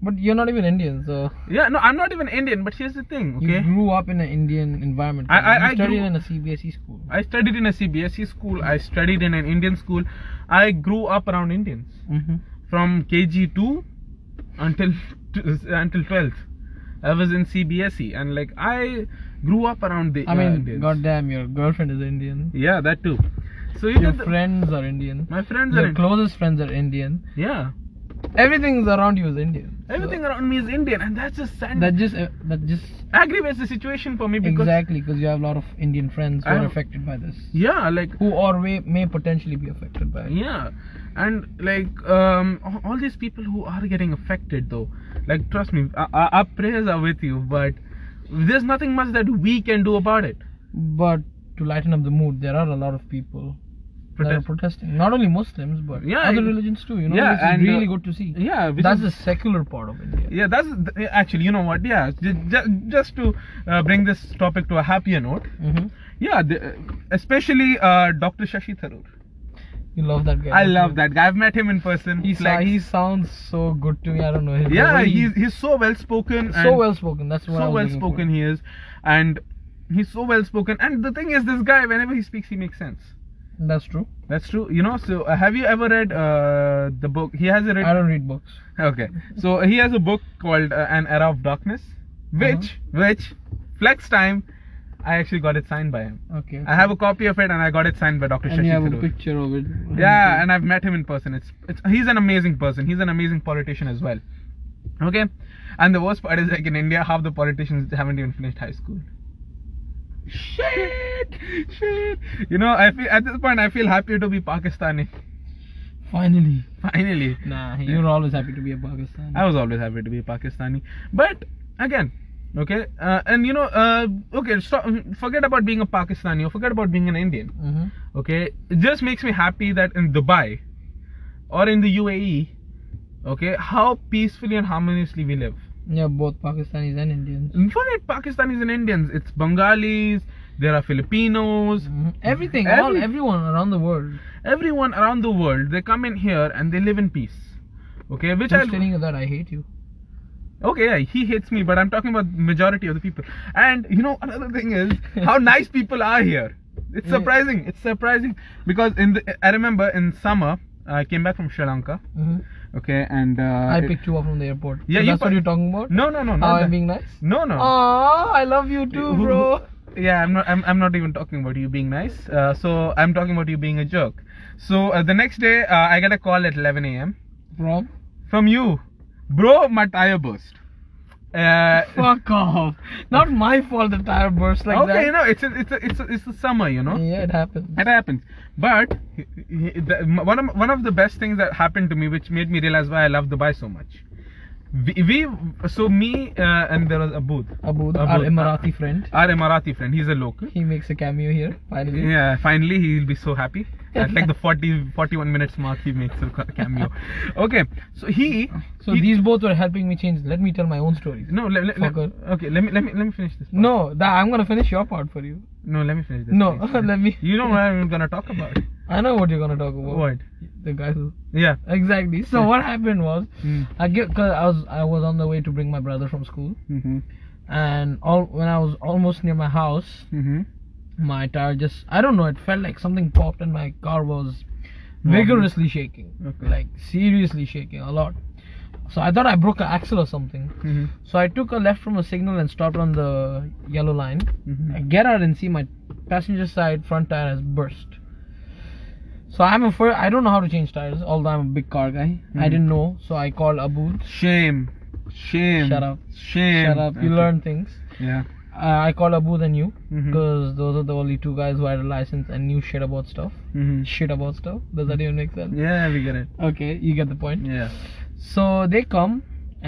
Speaker 2: But you're not even Indian, so
Speaker 1: yeah, no, I'm not even Indian, but here's the thing,
Speaker 2: you
Speaker 1: okay?
Speaker 2: grew up in an Indian environment.
Speaker 1: I- I-
Speaker 2: you
Speaker 1: I
Speaker 2: studied
Speaker 1: grew-
Speaker 2: in a CBSE E school.
Speaker 1: I studied in a CBSE E school, I studied in an Indian school, I grew up around Indians
Speaker 2: hmm
Speaker 1: from KG2 until until 12th. I was in CBSE E and like I grew up around the
Speaker 2: I mean,
Speaker 1: uh, Indians.
Speaker 2: goddamn, your girlfriend is Indian.
Speaker 1: Yeah, that too. So you
Speaker 2: Your
Speaker 1: get the-
Speaker 2: friends are Indian.
Speaker 1: my friends
Speaker 2: Your
Speaker 1: are in-
Speaker 2: closest friends are Indian.
Speaker 1: yeah.
Speaker 2: Everything around you is Indian. so
Speaker 1: Everything around me is Indian, and that's just sad.
Speaker 2: that just uh, that just
Speaker 1: aggravates the situation for me because
Speaker 2: exactly because you have a lot of Indian friends who
Speaker 1: I
Speaker 2: are
Speaker 1: have-
Speaker 2: affected by this,
Speaker 1: yeah, like
Speaker 2: who or may, may potentially be affected by it.
Speaker 1: yeah, and like um, a- all these people who are getting affected though, like trust me, our, our our prayers are with you, but there's nothing much that we can do about it.
Speaker 2: But to lighten up the mood, there are a lot of people that are
Speaker 1: Protest-
Speaker 2: protesting. Not only Muslims, but
Speaker 1: Yeah,
Speaker 2: other
Speaker 1: it-
Speaker 2: religions too. You know,
Speaker 1: yeah,
Speaker 2: which is
Speaker 1: and,
Speaker 2: really
Speaker 1: uh,
Speaker 2: good to see.
Speaker 1: yeah, which
Speaker 2: that's
Speaker 1: is-
Speaker 2: the secular part of India.
Speaker 1: yeah, that's th- actually you know what? Yeah, j- j- just to uh, bring this topic to a happier note.
Speaker 2: hmm
Speaker 1: Yeah, the, especially uh, Dr. Shashi Tharoor.
Speaker 2: You love that guy.
Speaker 1: I
Speaker 2: don't
Speaker 1: love
Speaker 2: you?
Speaker 1: that guy. I've met him in person.
Speaker 2: He,
Speaker 1: He's
Speaker 2: sa-
Speaker 1: like
Speaker 2: he sounds so good to me. I don't know. His
Speaker 1: yeah,
Speaker 2: voice-
Speaker 1: he's he's so well spoken.
Speaker 2: so well spoken. That's what I
Speaker 1: so
Speaker 2: was
Speaker 1: well
Speaker 2: looking for.
Speaker 1: spoken he is and he's so well spoken and the thing is this guy whenever he speaks he makes sense
Speaker 2: That's true.
Speaker 1: that's true you know so uh, have you ever read uh, the book he has a
Speaker 2: I
Speaker 1: read
Speaker 2: don't read books.
Speaker 1: okay so he has a book called uh, an era of darkness which
Speaker 2: Uh-huh.
Speaker 1: which flex time i actually got it signed by him
Speaker 2: Okay.
Speaker 1: i have a copy of it and i got it signed by dr
Speaker 2: and you
Speaker 1: shashi
Speaker 2: have a
Speaker 1: Tharoor.
Speaker 2: picture of it.
Speaker 1: yeah and i've met him in person it's, it's he's an amazing person he's an amazing politician as well Okay, and the worst part is like in India, half the politicians haven't even finished high school.
Speaker 2: Shit!
Speaker 1: Shit. You know, I feel at this point I feel happy to be Pakistani.
Speaker 2: Finally.
Speaker 1: Finally,
Speaker 2: Nah, you're always happy to be a Pakistan.
Speaker 1: I was always happy to be Pakistani. But again, okay, uh, and you know, uh, okay, stop. Forget about being a Pakistani or forget about being an Indian.
Speaker 2: hmm
Speaker 1: Okay, it just makes me happy that in Dubai or in the UAE, okay, how peacefully and harmoniously we live.
Speaker 2: Yeah, both Pakistanis and Indians.
Speaker 1: Forget Pakistanis and Indians. It's Bengalis. There are Filipinos.
Speaker 2: Mhm. Everything, all,
Speaker 1: Every-
Speaker 2: everyone around the world.
Speaker 1: Everyone around the world, they come in here and they live in peace. Okay, which
Speaker 2: Who's
Speaker 1: I
Speaker 2: telling you that I hate you?
Speaker 1: Okay, yeah, he hates me, but I'm talking about majority of the people. And you know, another thing is how nice people are here. It's
Speaker 2: Yeah.
Speaker 1: surprising. It's surprising because in the I remember in summer I came back from Sri Lanka.
Speaker 2: hmm
Speaker 1: Okay, and uh,
Speaker 2: I
Speaker 1: it-
Speaker 2: picked you up from the airport.
Speaker 1: Yeah,
Speaker 2: So
Speaker 1: you
Speaker 2: that's what
Speaker 1: pa-
Speaker 2: you're talking about.
Speaker 1: No, no, no,
Speaker 2: How
Speaker 1: not
Speaker 2: I'm
Speaker 1: that.
Speaker 2: being nice.
Speaker 1: no, no.
Speaker 2: Aw, I love you
Speaker 1: [laughs]
Speaker 2: too, bro.
Speaker 1: Yeah, I'm not. I'm, I'm not even talking about you being nice. Uh, so I'm talking about you being a jerk. So uh, the next day, uh, I get a call at 11 a.m.
Speaker 2: From?
Speaker 1: from you, bro. My tire burst. Uh,
Speaker 2: Fuck off. Not my fault the tire burst like
Speaker 1: okay,
Speaker 2: that.
Speaker 1: you know, it's a, it's a, it's a, it's the summer, you know.
Speaker 2: Yeah, it happens.
Speaker 1: It happens. But he- he- the, m- one of one of the best things that happened to me, which made me realize why I love Dubai so much. We, we so me uh, and there was Abood,
Speaker 2: Abu, our
Speaker 1: Abu-
Speaker 2: Emirati friend.
Speaker 1: our Emirati friend. He's a local.
Speaker 2: He makes a cameo here, finally.
Speaker 1: Yeah, finally he'll be so happy. At like the 40, 41 minutes mark, he makes a ca- cameo. Okay, so he.
Speaker 2: So
Speaker 1: he-
Speaker 2: these both were helping me change. Let me tell my own stories.
Speaker 1: No, le, le, le-
Speaker 2: Fucker.
Speaker 1: okay. Let me let me let me finish this. part.
Speaker 2: No, that I'm gonna finish your part for you.
Speaker 1: no, let me finish this.
Speaker 2: No, [laughs]
Speaker 1: please.
Speaker 2: let me.
Speaker 1: You know what I'm gonna talk about?
Speaker 2: I know what you're gonna talk about.
Speaker 1: What?
Speaker 2: The guy who.
Speaker 1: Yeah.
Speaker 2: Exactly. So what happened was,
Speaker 1: Mm.
Speaker 2: I get, cause I was I was on the way to bring my brother from school,
Speaker 1: Mm-hmm.
Speaker 2: and all when I was almost near my house,
Speaker 1: Mm-hmm.
Speaker 2: my tire just I don't know. It felt like something popped, and my car was
Speaker 1: Wobbly.
Speaker 2: vigorously shaking,
Speaker 1: Okay.
Speaker 2: like seriously shaking a lot. So I thought I broke an axle or something.
Speaker 1: Mm-hmm.
Speaker 2: So I took a left from a signal and stopped on the yellow line.
Speaker 1: Mm-hmm.
Speaker 2: I get out and see my passenger side front tire has burst. So I'm a fir- I don't know how to change tires, although I'm a big car guy. I
Speaker 1: Mhm.
Speaker 2: didn't know, so I called Abu.
Speaker 1: Shame. Shame.
Speaker 2: Shut up.
Speaker 1: Shame.
Speaker 2: Shut up, you
Speaker 1: Okay.
Speaker 2: learn things.
Speaker 1: Yeah.
Speaker 2: Uh, I called Abu than you,
Speaker 1: Mhm.
Speaker 2: because those are the only two guys who had a license and knew shit about stuff.
Speaker 1: Mm-hmm.
Speaker 2: Shit about stuff. Does that even make sense?
Speaker 1: Yeah, we get it.
Speaker 2: Okay, you get the point.
Speaker 1: Yeah.
Speaker 2: So they come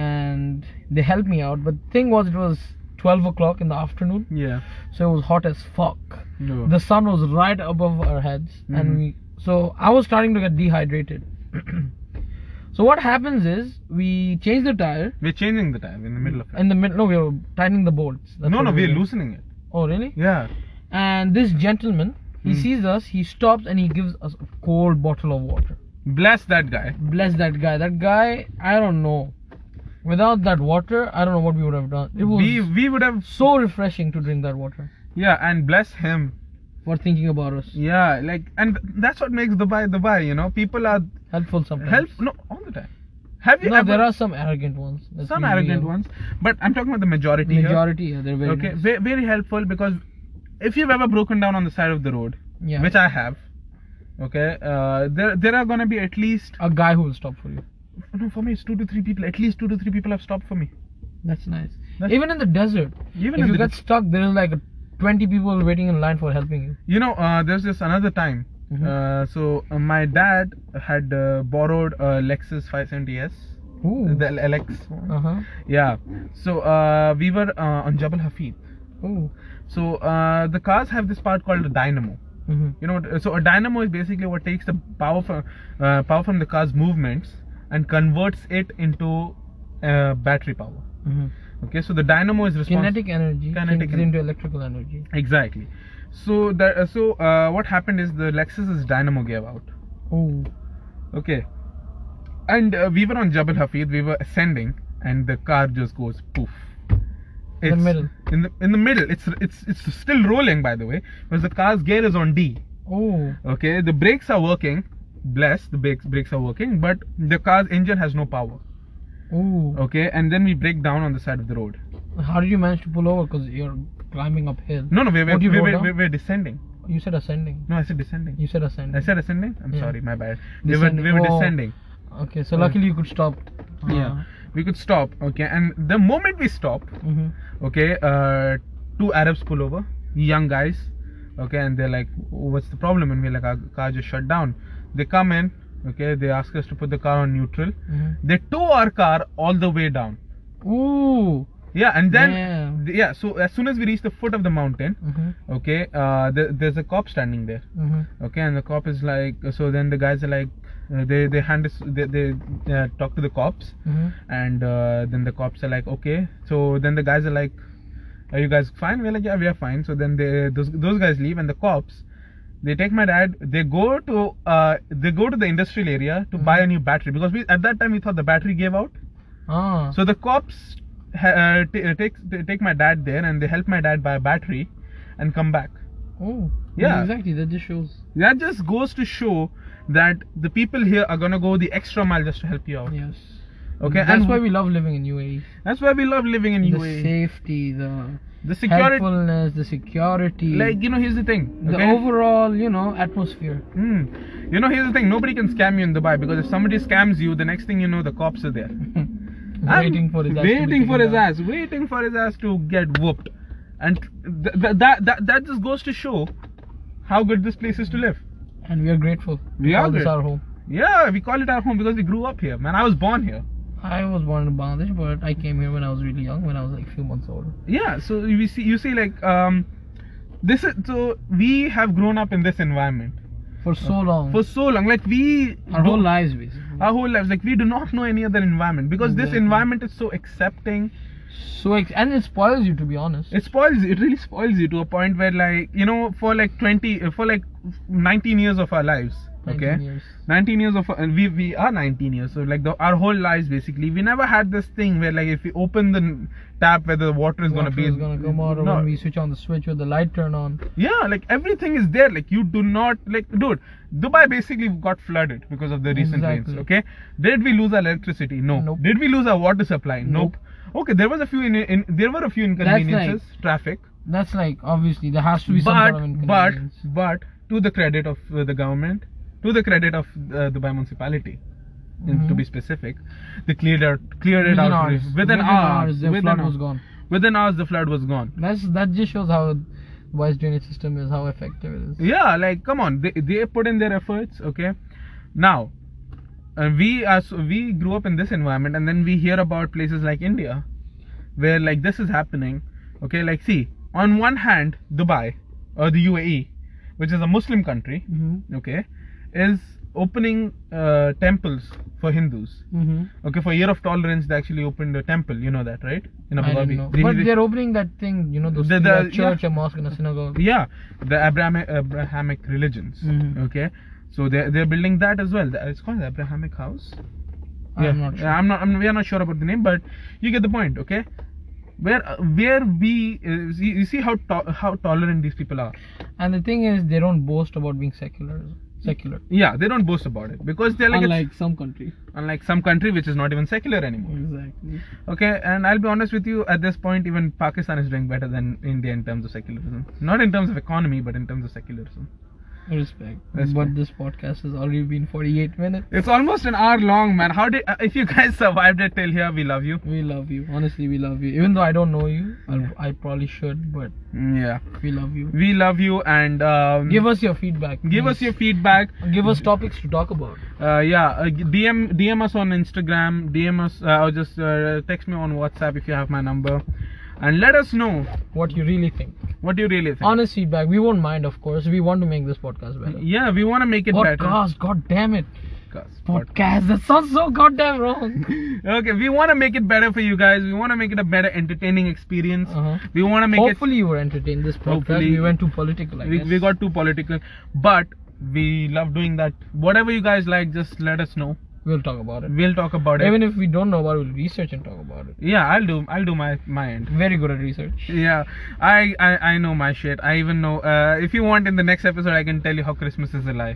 Speaker 2: and they help me out, but thing was it was 12 o'clock in the afternoon,
Speaker 1: Yeah.
Speaker 2: so it was hot as fuck.
Speaker 1: No.
Speaker 2: the sun was right above our heads and
Speaker 1: Mhm.
Speaker 2: we so i was starting to get dehydrated [clears throat] so what happens is we change the tire
Speaker 1: we're changing the time in the middle of it.
Speaker 2: in the middle no we were tightening the bolts That's
Speaker 1: no,
Speaker 2: what
Speaker 1: no,
Speaker 2: we
Speaker 1: we're
Speaker 2: were doing.
Speaker 1: loosening it.
Speaker 2: oh really
Speaker 1: Yeah.
Speaker 2: and this gentleman he
Speaker 1: Mm.
Speaker 2: sees us he stops and he gives us a cold bottle of water
Speaker 1: Bless that guy.
Speaker 2: bless that guy that guy i don't know without that water i don't know what we would have done it was
Speaker 1: we we would have
Speaker 2: so refreshing to drink that water
Speaker 1: yeah and bless him
Speaker 2: for thinking about us
Speaker 1: yeah like and that's what makes dubai dubai you know people are
Speaker 2: helpful sometimes
Speaker 1: help no all the time have you
Speaker 2: no
Speaker 1: ever
Speaker 2: there are some arrogant ones Let's
Speaker 1: some
Speaker 2: be
Speaker 1: arrogant
Speaker 2: real.
Speaker 1: ones but i'm talking about the majority, here.
Speaker 2: majority yeah, they're very
Speaker 1: okay
Speaker 2: nice.
Speaker 1: very, very helpful because if you've ever broken down on the side of the road
Speaker 2: yeah
Speaker 1: which i have okay uh, there there are going to be at least
Speaker 2: a guy who will stop for you
Speaker 1: no for me it's two to three people at least two to three people have stopped for me
Speaker 2: that's nice
Speaker 1: That's-
Speaker 2: even in the desert
Speaker 1: even
Speaker 2: if
Speaker 1: in
Speaker 2: you
Speaker 1: the
Speaker 2: get stuck there is like 20 people waiting in line for helping you
Speaker 1: You know, uh, there's this another time.
Speaker 2: Mhm.
Speaker 1: Uh, so uh, my dad had uh, borrowed a Lexus 570s,
Speaker 2: Ooh.
Speaker 1: the LX.
Speaker 2: uh-huh
Speaker 1: Yeah. So uh, we were uh, on Jabal Hafid.
Speaker 2: Ooh.
Speaker 1: So uh, the cars have this part called a dynamo.
Speaker 2: Mm-hmm.
Speaker 1: You know, what- so a dynamo is basically what takes the power from uh, power from the car's movements and converts it into uh, battery power.
Speaker 2: Mm-hmm.
Speaker 1: Okay. So the dynamo is responsible.
Speaker 2: kinetic energy
Speaker 1: Kinetic
Speaker 2: changes
Speaker 1: en-
Speaker 2: into electrical energy
Speaker 1: Exactly. So that uh, so uh, what happened is the Lexus's dynamo gave out.
Speaker 2: oh
Speaker 1: Okay. And uh, we were on Jabal Hafid, we were ascending, and the car just goes poof.
Speaker 2: In the middle.
Speaker 1: In the in the middle. It's it's it's still rolling by the way, because the car's gear is on D.
Speaker 2: oh
Speaker 1: Okay, the brakes are working. Bless the brakes brakes are working, but the car's engine has no power.
Speaker 2: oh
Speaker 1: Okay, and then we break down on the side of the road.
Speaker 2: how did you manage to pull over because you're climbing uphill
Speaker 1: No, no, we were
Speaker 2: What,
Speaker 1: we
Speaker 2: you
Speaker 1: were,
Speaker 2: rolled
Speaker 1: we
Speaker 2: down?
Speaker 1: were- we were descending.
Speaker 2: you said ascending
Speaker 1: No, I said descending.
Speaker 2: you said ascending
Speaker 1: I said ascending. I'm
Speaker 2: Yeah.
Speaker 1: sorry, my bad. We were we
Speaker 2: Descending.
Speaker 1: were
Speaker 2: Oh.
Speaker 1: descending.
Speaker 2: Okay, so luckily you could stop.
Speaker 1: yeah we could stop okay and the moment we stop
Speaker 2: hmm
Speaker 1: okay uh two arabs pull over young guys okay and they're like what's the problem and we're like our car just shut down they come in okay they ask us to put the car on neutral
Speaker 2: Mm-hmm.
Speaker 1: they tow our car all the way down
Speaker 2: Ooh.
Speaker 1: yeah and then
Speaker 2: Damn.
Speaker 1: yeah so as soon as we reach the foot of the mountain
Speaker 2: hmm
Speaker 1: okay uh there, there's a cop standing there
Speaker 2: hmm
Speaker 1: okay and the cop is like so then the guys are like uh, they they hand us they, they uh, talk to the cops
Speaker 2: hmm
Speaker 1: and uh, then the cops are like okay so then the guys are like are you guys fine we're like yeah we are fine so then they those, those guys leave and the cops they take my dad they go to uh, they go to the industrial area to buy a new battery because we at that time we thought the battery gave out
Speaker 2: Ah.
Speaker 1: so the cops ha- uh, t- uh, take they take my dad there and they help my dad buy a battery and come back
Speaker 2: oh.
Speaker 1: Yeah.
Speaker 2: Exactly. That just shows.
Speaker 1: that just goes to show that the people here are gonna go the extra mile just to help you out
Speaker 2: Yes.
Speaker 1: okay
Speaker 2: That's
Speaker 1: and
Speaker 2: why we love living in UAE.
Speaker 1: that's why we love living in
Speaker 2: The
Speaker 1: UAE
Speaker 2: safety, the
Speaker 1: the security
Speaker 2: helpfulness, the security,
Speaker 1: like you know here's the thing
Speaker 2: the
Speaker 1: okay?
Speaker 2: overall, you know, atmosphere.
Speaker 1: Hmm. you know here's the thing nobody can scam you in dubai because if somebody scams you the next thing you know the cops are there I'm
Speaker 2: waiting for his ass. to be
Speaker 1: waiting for
Speaker 2: taken
Speaker 1: his
Speaker 2: down.
Speaker 1: ass waiting for his ass to get whooped and th- th- that, that that just goes to show how good this place is to live
Speaker 2: And we are grateful.
Speaker 1: We
Speaker 2: to
Speaker 1: are
Speaker 2: call this
Speaker 1: grateful.
Speaker 2: our home.
Speaker 1: yeah we call it our home because we grew up here man i was born here
Speaker 2: I was born in Bangladesh, but I came here when I was really young, when I was like few months old.
Speaker 1: yeah so you see you see like um this is so we have grown up in this environment
Speaker 2: For so long.
Speaker 1: Uh, for so long like we
Speaker 2: our whole
Speaker 1: don't-
Speaker 2: lives, basically.
Speaker 1: our whole lives like we do not know any other environment because this
Speaker 2: Exactly.
Speaker 1: environment is so accepting
Speaker 2: So ex- and it spoils you, to be honest.
Speaker 1: it spoils you- it really spoils you to a point where like you know for like 20 uh, for like 19 years of our lives
Speaker 2: 19
Speaker 1: okay
Speaker 2: years.
Speaker 1: 19 years of and we we are 19 years so like the, our whole lives basically we never had this thing where like if we open the n- tap whether the water is gonna
Speaker 2: Water
Speaker 1: be
Speaker 2: is gonna come out, or
Speaker 1: No.
Speaker 2: when we switch on the switch, or the light turn on.
Speaker 1: yeah like everything is there like you do not like dude dubai basically got flooded because of the recent rains
Speaker 2: Exactly.
Speaker 1: okay did we lose our electricity no
Speaker 2: Nope.
Speaker 1: did we lose our water supply
Speaker 2: Nope.
Speaker 1: okay there was a few in, in there were a few inconveniences traffic
Speaker 2: That's like obviously there has to be some
Speaker 1: but
Speaker 2: sort of
Speaker 1: but
Speaker 2: inconvenience.
Speaker 1: but to the credit of uh, the government to the credit of uh, dubai municipality and to
Speaker 2: Mhm.
Speaker 1: be specific they cleared out cleared it out
Speaker 2: hours,
Speaker 1: within, hours
Speaker 2: the
Speaker 1: within
Speaker 2: flood
Speaker 1: hours
Speaker 2: was gone.
Speaker 1: within hours the flood was gone
Speaker 2: That's that just shows how wise drainage system is, how effective it is.
Speaker 1: yeah like come on they, they put in their efforts okay now uh, we as we grew up in this environment and then we hear about places like india where like this is happening okay like see on one hand dubai or the uae which is a muslim country
Speaker 2: Mm-hmm.
Speaker 1: okay is opening uh, temples for hindus
Speaker 2: Mm-hmm.
Speaker 1: okay for year of tolerance they actually opened a temple you know that right in
Speaker 2: I
Speaker 1: abu
Speaker 2: don't
Speaker 1: dhabi
Speaker 2: know.
Speaker 1: They-
Speaker 2: But
Speaker 1: they-
Speaker 2: they're opening that thing, you know, those
Speaker 1: The-
Speaker 2: thing,
Speaker 1: the-
Speaker 2: a church,
Speaker 1: yeah.
Speaker 2: a mosque, and a synagogue.
Speaker 1: yeah the abrahamic, abrahamic religions
Speaker 2: Mhm.
Speaker 1: okay so they're, they're building that as well it's called the abrahamic house
Speaker 2: I'm
Speaker 1: yeah.
Speaker 2: not sure.
Speaker 1: yeah, I'm not I'm, we are not sure about the name but you get the point okay where uh, where we uh, see, you see how to- how tolerant these people are
Speaker 2: And the thing is, they don't boast about being secular. Secular.
Speaker 1: yeah they don't boast about it because they're like it's-
Speaker 2: Unlike some countries.
Speaker 1: unlike some country which is not even secular anymore
Speaker 2: Exactly.
Speaker 1: okay and i'll be honest with you at this point even pakistan is doing better than india in terms of secularism not in terms of economy but in terms of secularism
Speaker 2: Respect.
Speaker 1: Respect.
Speaker 2: But this podcast has already been 48 minutes.
Speaker 1: It's almost an hour long, man. How did uh, if you guys [laughs] survived it till here? We love you.
Speaker 2: We love you. Honestly, we love you. Even though I don't know you, I'll-
Speaker 1: Yeah.
Speaker 2: I probably should, but
Speaker 1: Yeah,
Speaker 2: we love you.
Speaker 1: we love you and um,
Speaker 2: Mm, Give us your feedback.
Speaker 1: give us
Speaker 2: please.
Speaker 1: your feedback.
Speaker 2: Give us topics to talk about.
Speaker 1: Uh, yeah, uh, DM DM us on Instagram. DM us uh, or just uh, text me on WhatsApp if you have my number, and let us know
Speaker 2: What you really think.
Speaker 1: what you really think.
Speaker 2: Honest feedback. We won't mind, of course. We want to make this podcast better.
Speaker 1: Yeah, we want to make it better.
Speaker 2: podcast. God damn it.
Speaker 1: Podcast.
Speaker 2: Podcast. That sounds so goddamn
Speaker 1: [laughs]
Speaker 2: wrong.
Speaker 1: Okay, we want to make it better for you guys. We want to make it a better entertaining experience.
Speaker 2: Uh-huh.
Speaker 1: We want to make it.
Speaker 2: Hopefully, you were entertained. This podcast.
Speaker 1: Hopefully.
Speaker 2: we went too political. I
Speaker 1: we,
Speaker 2: guess.
Speaker 1: we got too political but we love doing that whatever you guys like just let us know
Speaker 2: We'll talk about it.
Speaker 1: we'll talk about it
Speaker 2: Even if we don't know about it, we'll research and talk about it.
Speaker 1: yeah i'll do i'll do my my end
Speaker 2: Very good at research.
Speaker 1: yeah I, I i know my shit i even know uh if you want in the next episode i can tell you how christmas is a
Speaker 2: [laughs]
Speaker 1: lie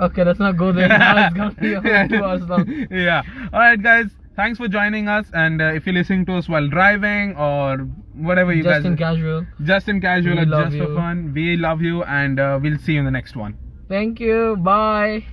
Speaker 2: Okay, let's not
Speaker 1: [laughs]
Speaker 2: go there. now it's gonna be a two hours long.
Speaker 1: yeah all right guys thanks for joining us and uh, if you're listening to us while driving or whatever you
Speaker 2: Just
Speaker 1: guys
Speaker 2: in casual.
Speaker 1: just in casual
Speaker 2: We
Speaker 1: or
Speaker 2: love
Speaker 1: just for
Speaker 2: you.
Speaker 1: fun we love you and uh, we'll see you in the next one
Speaker 2: Thank you. Bye.